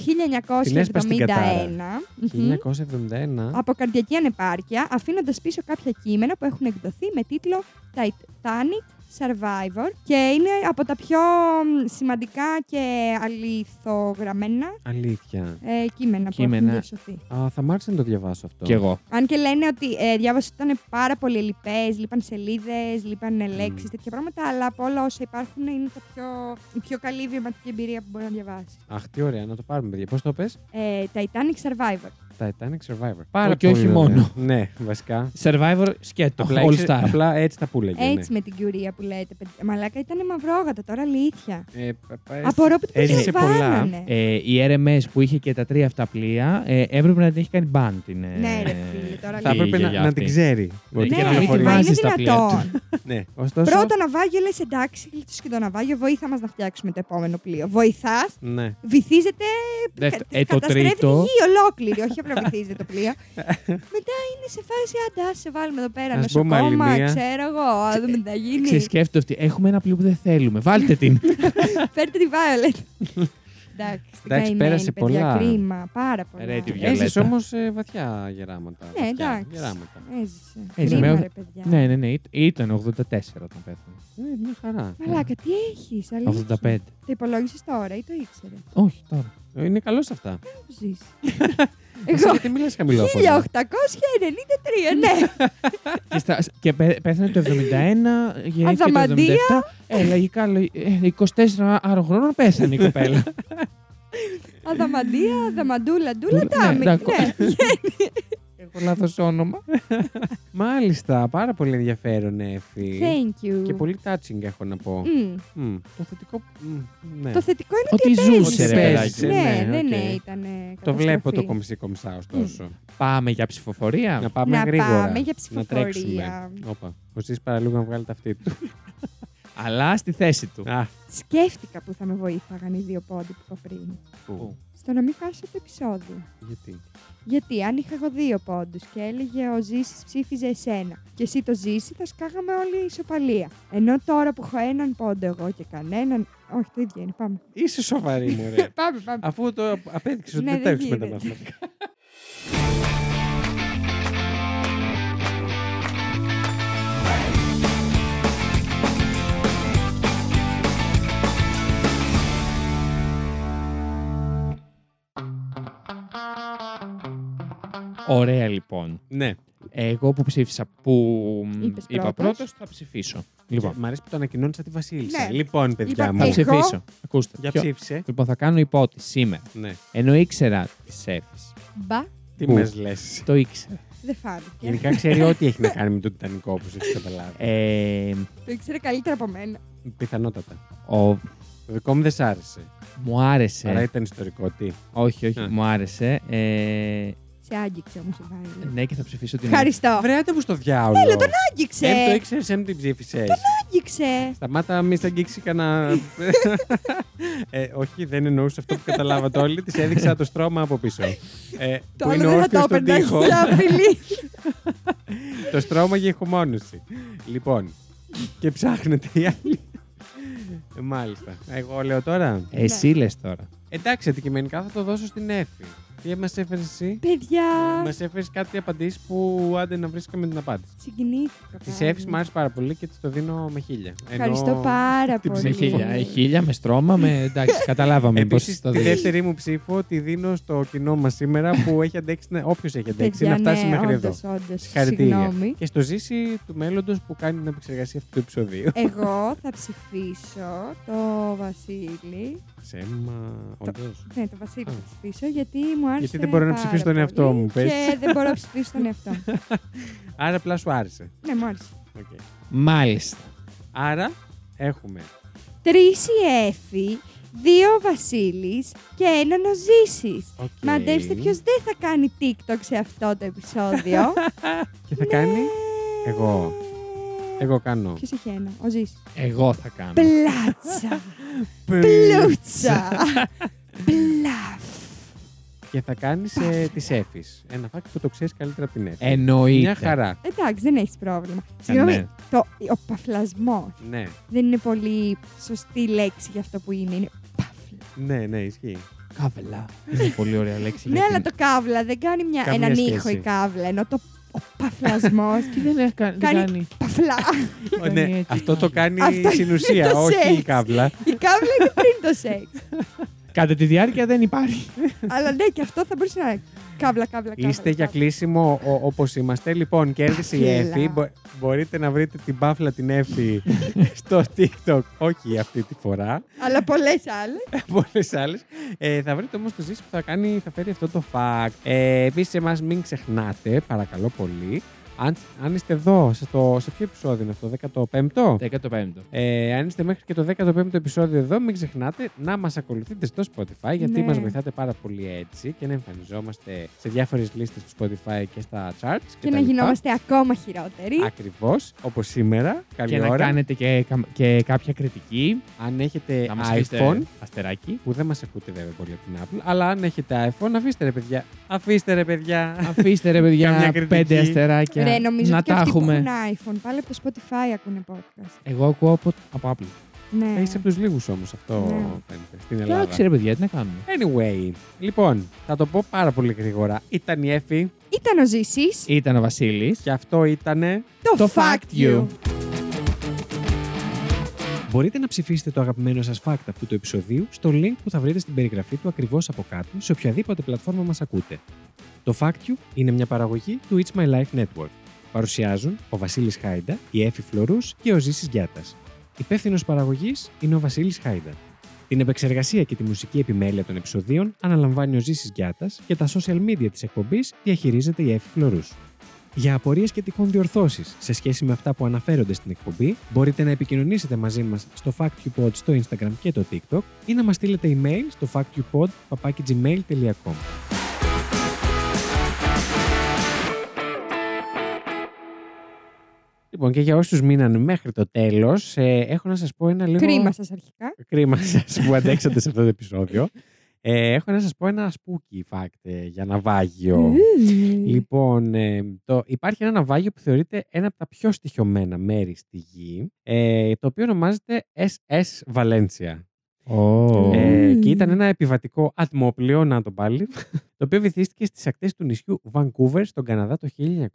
Την έσπασε την 1971 κατάρα. μμμ, 1971. από καρδιακή ανεπάρκεια, αφήνοντας πίσω κάποια κείμενα που έχουν εκδοθεί με τίτλο Titanic Survivor και είναι από τα πιο μ, σημαντικά και αληθογραμμένα Αλήθεια. ε, κείμενα, που έχουν Κείμενα. διασωθεί. Α, θα μ' άρεσε να το διαβάσω αυτό. Κι εγώ. Αν και λένε ότι ε, διάβασα ότι ήταν πάρα πολύ λοιπέ, λείπαν σελίδες, λείπαν λέξει, Μμ. τέτοια πράγματα, αλλά από όλα όσα υπάρχουν είναι τα πιο, η πιο καλή βιωματική εμπειρία που μπορεί να διαβάσεις. Αχ, τι ωραία, να το πάρουμε, παιδιά. Πώς το πες, Ε, Titanic Survivor. Titanic Survivor. Πάρα και όχι ωραίο. μόνο. Ναι, βασικά. Survivor σκέτο. Απλά, All ήξερε- Star. απλά έτσι τα ναι. πούλεγε. Έτσι με την κυρία που λέτε. παιδιά. Μαλάκα ήταν μαυρόγατα τώρα, αλήθεια. Ναι. Ε, πα- πα- Απορώ που την έζησε πολλά. προσβάλλανε. Ε, η RMS που είχε και τα τρία αυτά πλοία ε, έπρεπε να την έχει κάνει μπαν την. ε, Ναι, ρε φίλε, τώρα Θα Η έπρεπε να, γιαγιά να αυτή. την ξέρει. Ότι και Ναι, να κυκλοφορεί. μην μα τη είναι βάζεις τα πλοία δυνατόν. Ναι, ωστόσο. Πρώτο ναυάγιο λες εντάξει, γλίτωσε και το ναυάγιο, βοήθα μας να φτιάξουμε το επόμενο πλοίο. Βοηθάς, Ναι. βυθίζεται. Δεύτερο- κα- ε, το καταστρέφει τη τρίτο. γη ολόκληρη, όχι απλά βυθίζεται το πλοίο. Μετά είναι σε φάση αντά, σε βάλουμε εδώ πέρα Ας πούμε άλλη νοσοκόμα, μία. ξέρω εγώ, ας δούμε τι θα γίνει. Ξεσκέφτονται αυτοί. Έχουμε ένα πλοίο που δεν θέλουμε. Βάλτε την. Φέρτε τη Violet. Εντάξει, Εντάξει, καημένη, πέρασε παιδιά, πολλά. Κρίμα, πάρα πολλά. Ε, ναι, Ρε, τη βγαίνει. Έζησε Βιολέτα. όμως ε, βαθιά γεράματα. βαθιά εντάξει. Γεράματα. Έζησε. Έζησε. Κρίμα, Με- ρε, παιδιά. Ναι, ναι, ναι. ή- Ήταν 84 όταν πέθανε. Ναι, μια χαρά. Μαλάκα, τι έχεις, αλήθεια. 85. Το υπολόγισες τώρα ή το ήξερες. Όχι τώρα. Ε, Είναι καλός σε αυτά. Πού ζεις. Εσύ Εγώ. Γιατί μιλάς χαμηλόφωνα. 1893, ναι. και, στα, και πέ- πέθανε το 71, γεννήθηκε το Αδαμαντία. 77. Ε, λογικά, λο- ε, 24 άρο χρόνων πέθανε η Ναι. κοπέλα. Αδαμαντία, αδαμαντούλα, ντούλα, Ναι, τάμι. ναι, ακού- Ναι. Έχω λάθο όνομα. Μάλιστα, πάρα πολύ ενδιαφέρον, Εφη. Thank you. Και πολύ Ναι. touching έχω να πω. Μμ. Μμ, Το θετικό. μμ, ναι. Το θετικό είναι Ότι ότι ζούσε, ρε επέζησες. παιδάκι. Ναι, Ναι, ναι, οκ. ναι, ήταν Το βλέπω το κομψή κομψά, ωστόσο. Πάμε για ψηφοφορία. Να πάμε Να γρήγορα. πάμε για Να ψηφοφορία. τρέξουμε. Όπα. Ο Σεις παραλίγο να βγάλει τα αυτή του. Αλλά στη θέση του. Α, Σκέφτηκα που θα με βοήθαγαν οι δύο πόντοι που είπα πριν. πού. Στο να μην χάσω το επεισόδιο. Γιατί. Γιατί αν είχα εγώ δύο πόντους και έλεγε ο Ζήσης ψήφιζε εσένα και εσύ το Ζήση, θα σκάγαμε όλη η ισοπαλία. Ενώ τώρα που έχω έναν πόντο εγώ και κανέναν. Όχι, το ίδιο είναι. Πάμε. Είσαι σοβαρή μου, ρε. πάμε, πάμε. Αφού το απέδειξες ότι Ναι, δεν τα δεν έχεις με τα γίνεται. μαθηματικά. Ωραία λοιπόν. Ναι. Εγώ που ψήφισα που μ, Είπες είπα πρώτος. πρώτος θα ψηφίσω. Λοιπόν. Λοιπόν, Μ' αρέσει που το ανακοινώνεις σαν τη Βασίλισσα. Ναι. Λοιπόν, παιδιά Είπα μου. θα εγώ- ψηφίσω. Ακούστε. Για Ποιο- ψήφισε. Λοιπόν, θα κάνω υπότιση σήμερα. Ναι. Ενώ ήξερα τη Εφης. Μπα, Τι Πού. μες λες. Το ήξερα. δεν φάνηκε. Γενικά ξέρει ό,τι έχει να κάνει με το Τιτανικό, όπως έχεις καταλάβει. Ε, Το ήξερε καλύτερα από μένα. Πιθανότατα. ο, Το δικό μου δεν σ' άρεσε. μου άρεσε. Άρα Ναι. ήταν ιστορικό. Τι. Όχι, όχι, Α. μου άρεσε. Ε, Σε άγγιξε όμως η Βάιλη. ναι, και θα ψηφίσω την Ευχαριστώ. Βρε, άντε μου στο διάολο. Έλα, τον Άγγιξε. το ήξερες, εμ την ψήφισες. Άγγιξε. Σταμάτα, μη σε αγγίξει κανένα. ε, όχι, δεν εννοούσα αυτό που καταλάβατε όλοι. Της έδειξα το στρώμα από πίσω. Ε, Το που άλλο είναι δεν όρθιο θα το στον έπαιρνα. τοίχο. για απειλή. το στρώμα για ηχομόνωση. Λοιπόν, και ψάχνετε οι άλλοι. Ε, Μάλιστα. Εγώ λέω τώρα. Εφη. Ε, Εσύ Ναι. λες τώρα. Εντάξει, αντικειμενικά θα το δώσω στην Εφη. Τι μας έφερες εσύ. Παιδιά. Μας έφερες κάτι απαντήσεις που άντε να βρίσκαμε την απάντηση. Συγκινήθηκα. Τη πάλι. Εφη μου άρεσε πάρα πολύ και τη το δίνω με χίλια. Ευχαριστώ πάρα την πολύ. Με ψήφο. χίλια, ε, χίλια, με στρώμα, με. Εντάξει, καταλάβαμε πώς Επίσης, το τη δίνεις. δεύτερη μου ψήφο τη δίνω στο κοινό μας σήμερα που έχει αντέξει. Όποιος έχει αντέξει, Παιδιά, να φτάσει ναι, μέχρι εδώ. όντως, όντως. Συγχαρητήρια. Συγγνώμη. Και στο ζήσει του μέλλοντος που κάνει την επεξεργασία αυτού του επεισοδίου. Εγώ θα ψηφίσω το Βασίλη. Ψέμα, όντως. Ναι, το Βασίλη Α. θα ψηφίσω γιατί μου άρεσε. δεν μπορώ να πάρα ψηφίσω τον εαυτό πολύ μου, πες. Και δεν μπορώ να ψηφίσω τον εαυτό μου. Άρα απλά σου άρεσε. ναι, μου άρεσε. Οκ. Μάλιστα. Άρα έχουμε. Τρεις η Εφη, δύο ο Βασίλης και έναν ο Ζήση. Οκ. Μαντέψτε ποιος δεν θα κάνει TikTok σε αυτό το επεισόδιο. Και Ναι. θα κάνει. Εγώ. Εγώ κάνω. Ποιος έχει ένα, ο Ζήση. Εγώ θα κάνω. Πλάτσα. Πλούτσα. Πλαφ. Και θα κάνεις ε, τη Εφη. Ένα φάκι που το ξέρεις καλύτερα από την Εφη. Εννοείται. Μια χαρά. Εντάξει, δεν έχεις πρόβλημα. Ε, Συγγνώμη, ναι. το, ο παφλασμός Ναι, δεν είναι πολύ σωστή λέξη για αυτό που είναι. Είναι παφλα. ναι, ναι, ισχύει. Καύλα. Είναι πολύ ωραία λέξη. Ναι, για αλλά την- το καύλα δεν κάνει μια, Καμία έναν σχέση. ήχο η καύλα. Ενώ το ο παφλασμός. Τι δεν έχει κάνει. δεν Κάνει- κάνει. παφλα. Ω, Κάνει ναι, έτσι. αυτό το κάνει Αυτό η συνουσία, το όχι η σεξ. καύλα. η καύλα είναι πριν το σεξ. Κατά τη διάρκεια δεν υπάρχει. αλλά ναι, και αυτό θα μπορούσε να είναι. Καύλα, καύλα, καύλα. Είστε για καύλα. κλείσιμο όπως είμαστε. Λοιπόν, κέρδισε η Παφίλα. Εφη. Μπο- μπορείτε να βρείτε την μπάφλα την Εφη στο TikTok. Όχι αυτή τη φορά. Αλλά πολλές άλλες. Πολλές άλλες. Ε, θα βρείτε όμως το ζήσει που θα, κάνει, θα φέρει αυτό το fact. Ε, Επίσης, εμάς μην ξεχνάτε, παρακαλώ πολύ. Αν, αν είστε εδώ, σε, το, σε ποιο επεισόδιο είναι αυτό, 15ο. 15ο. Ε, αν είστε μέχρι και το 15ο επεισόδιο εδώ, μην ξεχνάτε να μας ακολουθείτε στο Spotify, γιατί Ναι. μας μα βοηθάτε πάρα πολύ έτσι και να εμφανιζόμαστε σε διάφορες λίστες του Spotify και στα charts. και να γινόμαστε ακόμα χειρότεροι. Ακριβώς, όπως σήμερα. Καλή Και να ώρα. κάνετε και, κα- και κάποια κριτική. Αν έχετε Να μας Ε, iPhone, πείτε αστεράκι. που δεν μας ακούτε βέβαια πολύ από την Apple, αλλά αν έχετε iPhone, αφήστε ρε παιδιά. Αφήστε ρε παιδιά. Αφήστε ρε Καμιά παιδιά κριτική. πέντε αστεράκια. Ρε, νομίζω να ότι και τα αυτοί που έχουμε. έχουν iPhone πάλι από το Spotify ακούνε podcast. Εγώ ακούω από, από Apple. Ναι. Έχει από τους λίγους όμως αυτό Ναι. φαίνεται στην Ελλάδα. Εντάξει, ρε παιδιά, τι να κάνουμε. Anyway, λοιπόν, θα το πω πάρα πολύ γρήγορα. Ήταν η Εφη Ήταν ο Ζήσης, Ήταν ο Βασίλης. και αυτό ήταν. το, Ε, το Fact You. Μπορείτε να ψηφίσετε το αγαπημένο σας fact αυτού του επεισοδίου στο link που θα βρείτε στην περιγραφή του ακριβώς από κάτω σε οποιαδήποτε πλατφόρμα μας ακούτε. Το Fact You είναι μια παραγωγή του It's My Life Network. Παρουσιάζουν ο Βασίλης Χάιντα, η Εφη Φλωρούς και ο Ζήσης Γιάτας. Υπεύθυνος παραγωγής είναι ο Βασίλης Χάιντα. Την επεξεργασία και τη μουσική επιμέλεια των επεισοδίων αναλαμβάνει ο Ζήσης Γιάτας και τα social media της εκπομπής διαχειρίζεται η Εφη Φλωρούς. Για απορίες και τυχόν διορθώσεις σε σχέση με αυτά που αναφέρονται στην εκπομπή, μπορείτε να επικοινωνήσετε μαζί μας στο FactQpod στο Instagram και το TikTok ή να μας στείλετε email στο factqpod.gmail.com Λοιπόν, και για όσους μείναν μέχρι το τέλος, ε, έχω να σας πω ένα λίγο... Κρίμα σας αρχικά. Κρίμα σας που αντέξατε σε αυτό το επεισόδιο. Ε, έχω να σας πω ένα spooky fact ε, για ναυάγιο. Λοιπόν, ε, το, υπάρχει ένα ναυάγιο που θεωρείται ένα από τα πιο στοιχειωμένα μέρη στη γη, ε, το οποίο ονομάζεται SS Valencia. Oh. Ε, Ω. και ήταν ένα επιβατικό ατμόπλιο, να το πάλι, το οποίο βυθίστηκε στις ακτές του νησιού Vancouver στον Καναδά το 1906.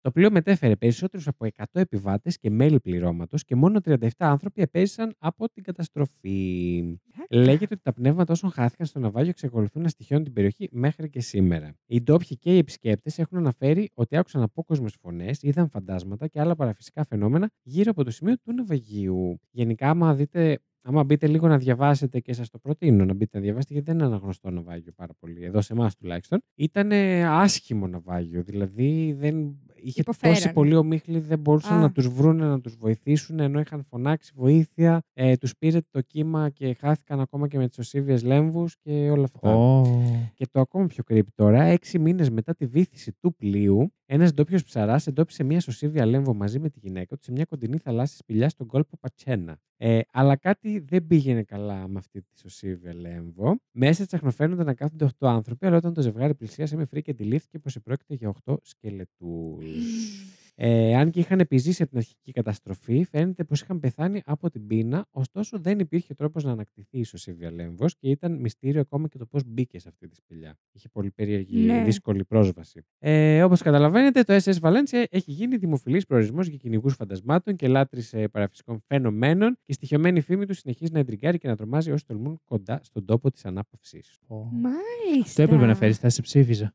Το πλοίο μετέφερε περισσότερους από 100 επιβάτες και μέλη πληρώματος και μόνο 37 άνθρωποι επέζησαν από την καταστροφή. Λέγεται ότι τα πνεύματα όσων χάθηκαν στο ναυάγιο εξακολουθούν να στοιχειώνουν την περιοχή μέχρι και σήμερα. Οι ντόπιοι και οι επισκέπτες έχουν αναφέρει ότι άκουσαν απόκοσμες φωνές, είδαν φαντάσματα και άλλα παραφυσικά φαινόμενα γύρω από το σημείο του ναυαγίου. Γενικά, άμα δείτε. Άμα μπείτε λίγο να διαβάσετε και σας το προτείνω να μπείτε να διαβάσετε, γιατί δεν είναι ένα γνωστό ναυάγιο πάρα πολύ, εδώ σε εμάς τουλάχιστον. Ήταν άσχημο ναυάγιο. Δηλαδή δεν... είχε Υποφέρανε. τόση πολύ ομίχλη, δεν μπορούσαν Α. να τους βρουν, να τους βοηθήσουν, ενώ είχαν φωνάξει βοήθεια. Ε, τους πήρε το κύμα και χάθηκαν ακόμα και με τις οσίβιες λέμβους και όλα αυτά. Και το ακόμα πιο creepy τώρα, έξι μήνες μετά τη βήθηση του πλοίου, ένας ντόπιος ψαράς εντόπισε μια σωσίβια λέμβο μαζί με τη γυναίκα του σε μια κοντινή θαλάσσια σπηλιά στον κόλπο Πατσένα. Ε, αλλά κάτι δεν πήγαινε καλά με αυτή τη σωσίβια λέμβο. Μέσα τσαχνοφαίνονταν να κάθονται 8 άνθρωποι, αλλά όταν το ζευγάρι πλησίασε με φρίκη αντιλήφθηκε πω επρόκειται για 8 σκελετούς. Ε, αν και είχαν επιζήσει από την αρχική καταστροφή, φαίνεται πως είχαν πεθάνει από την πείνα, ωστόσο δεν υπήρχε τρόπος να ανακτηθεί ίσως η διαλέμβο και ήταν μυστήριο ακόμα και το πώς μπήκε σε αυτή τη σπηλιά. Είχε πολύ περίεργη, Ναι. δύσκολη πρόσβαση. Ε, Όπως καταλαβαίνετε, το SS Valencia έχει γίνει δημοφιλής προορισμός για κυνηγού φαντασμάτων και λάτρης ε, παραφυσικών φαινομένων και η στοιχειωμένη φήμη του συνεχίζει να εντριγκάρει και να τρομάζει όσοι τολμούν κοντά στον τόπο της ανάπαυσης. Μάλιστα. Το έπρεπε να φέρεις, θα σε ψήφιζα.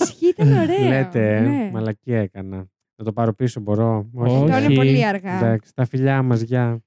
Ισχύει, ήταν ωραίο. Λέτε, ε, ναι. μαλακία έκανα. Να το πάρω πίσω, μπορώ. Όχι. Τώρα είναι πολύ αργά. Εντάξει, τα φιλιά μας, γεια.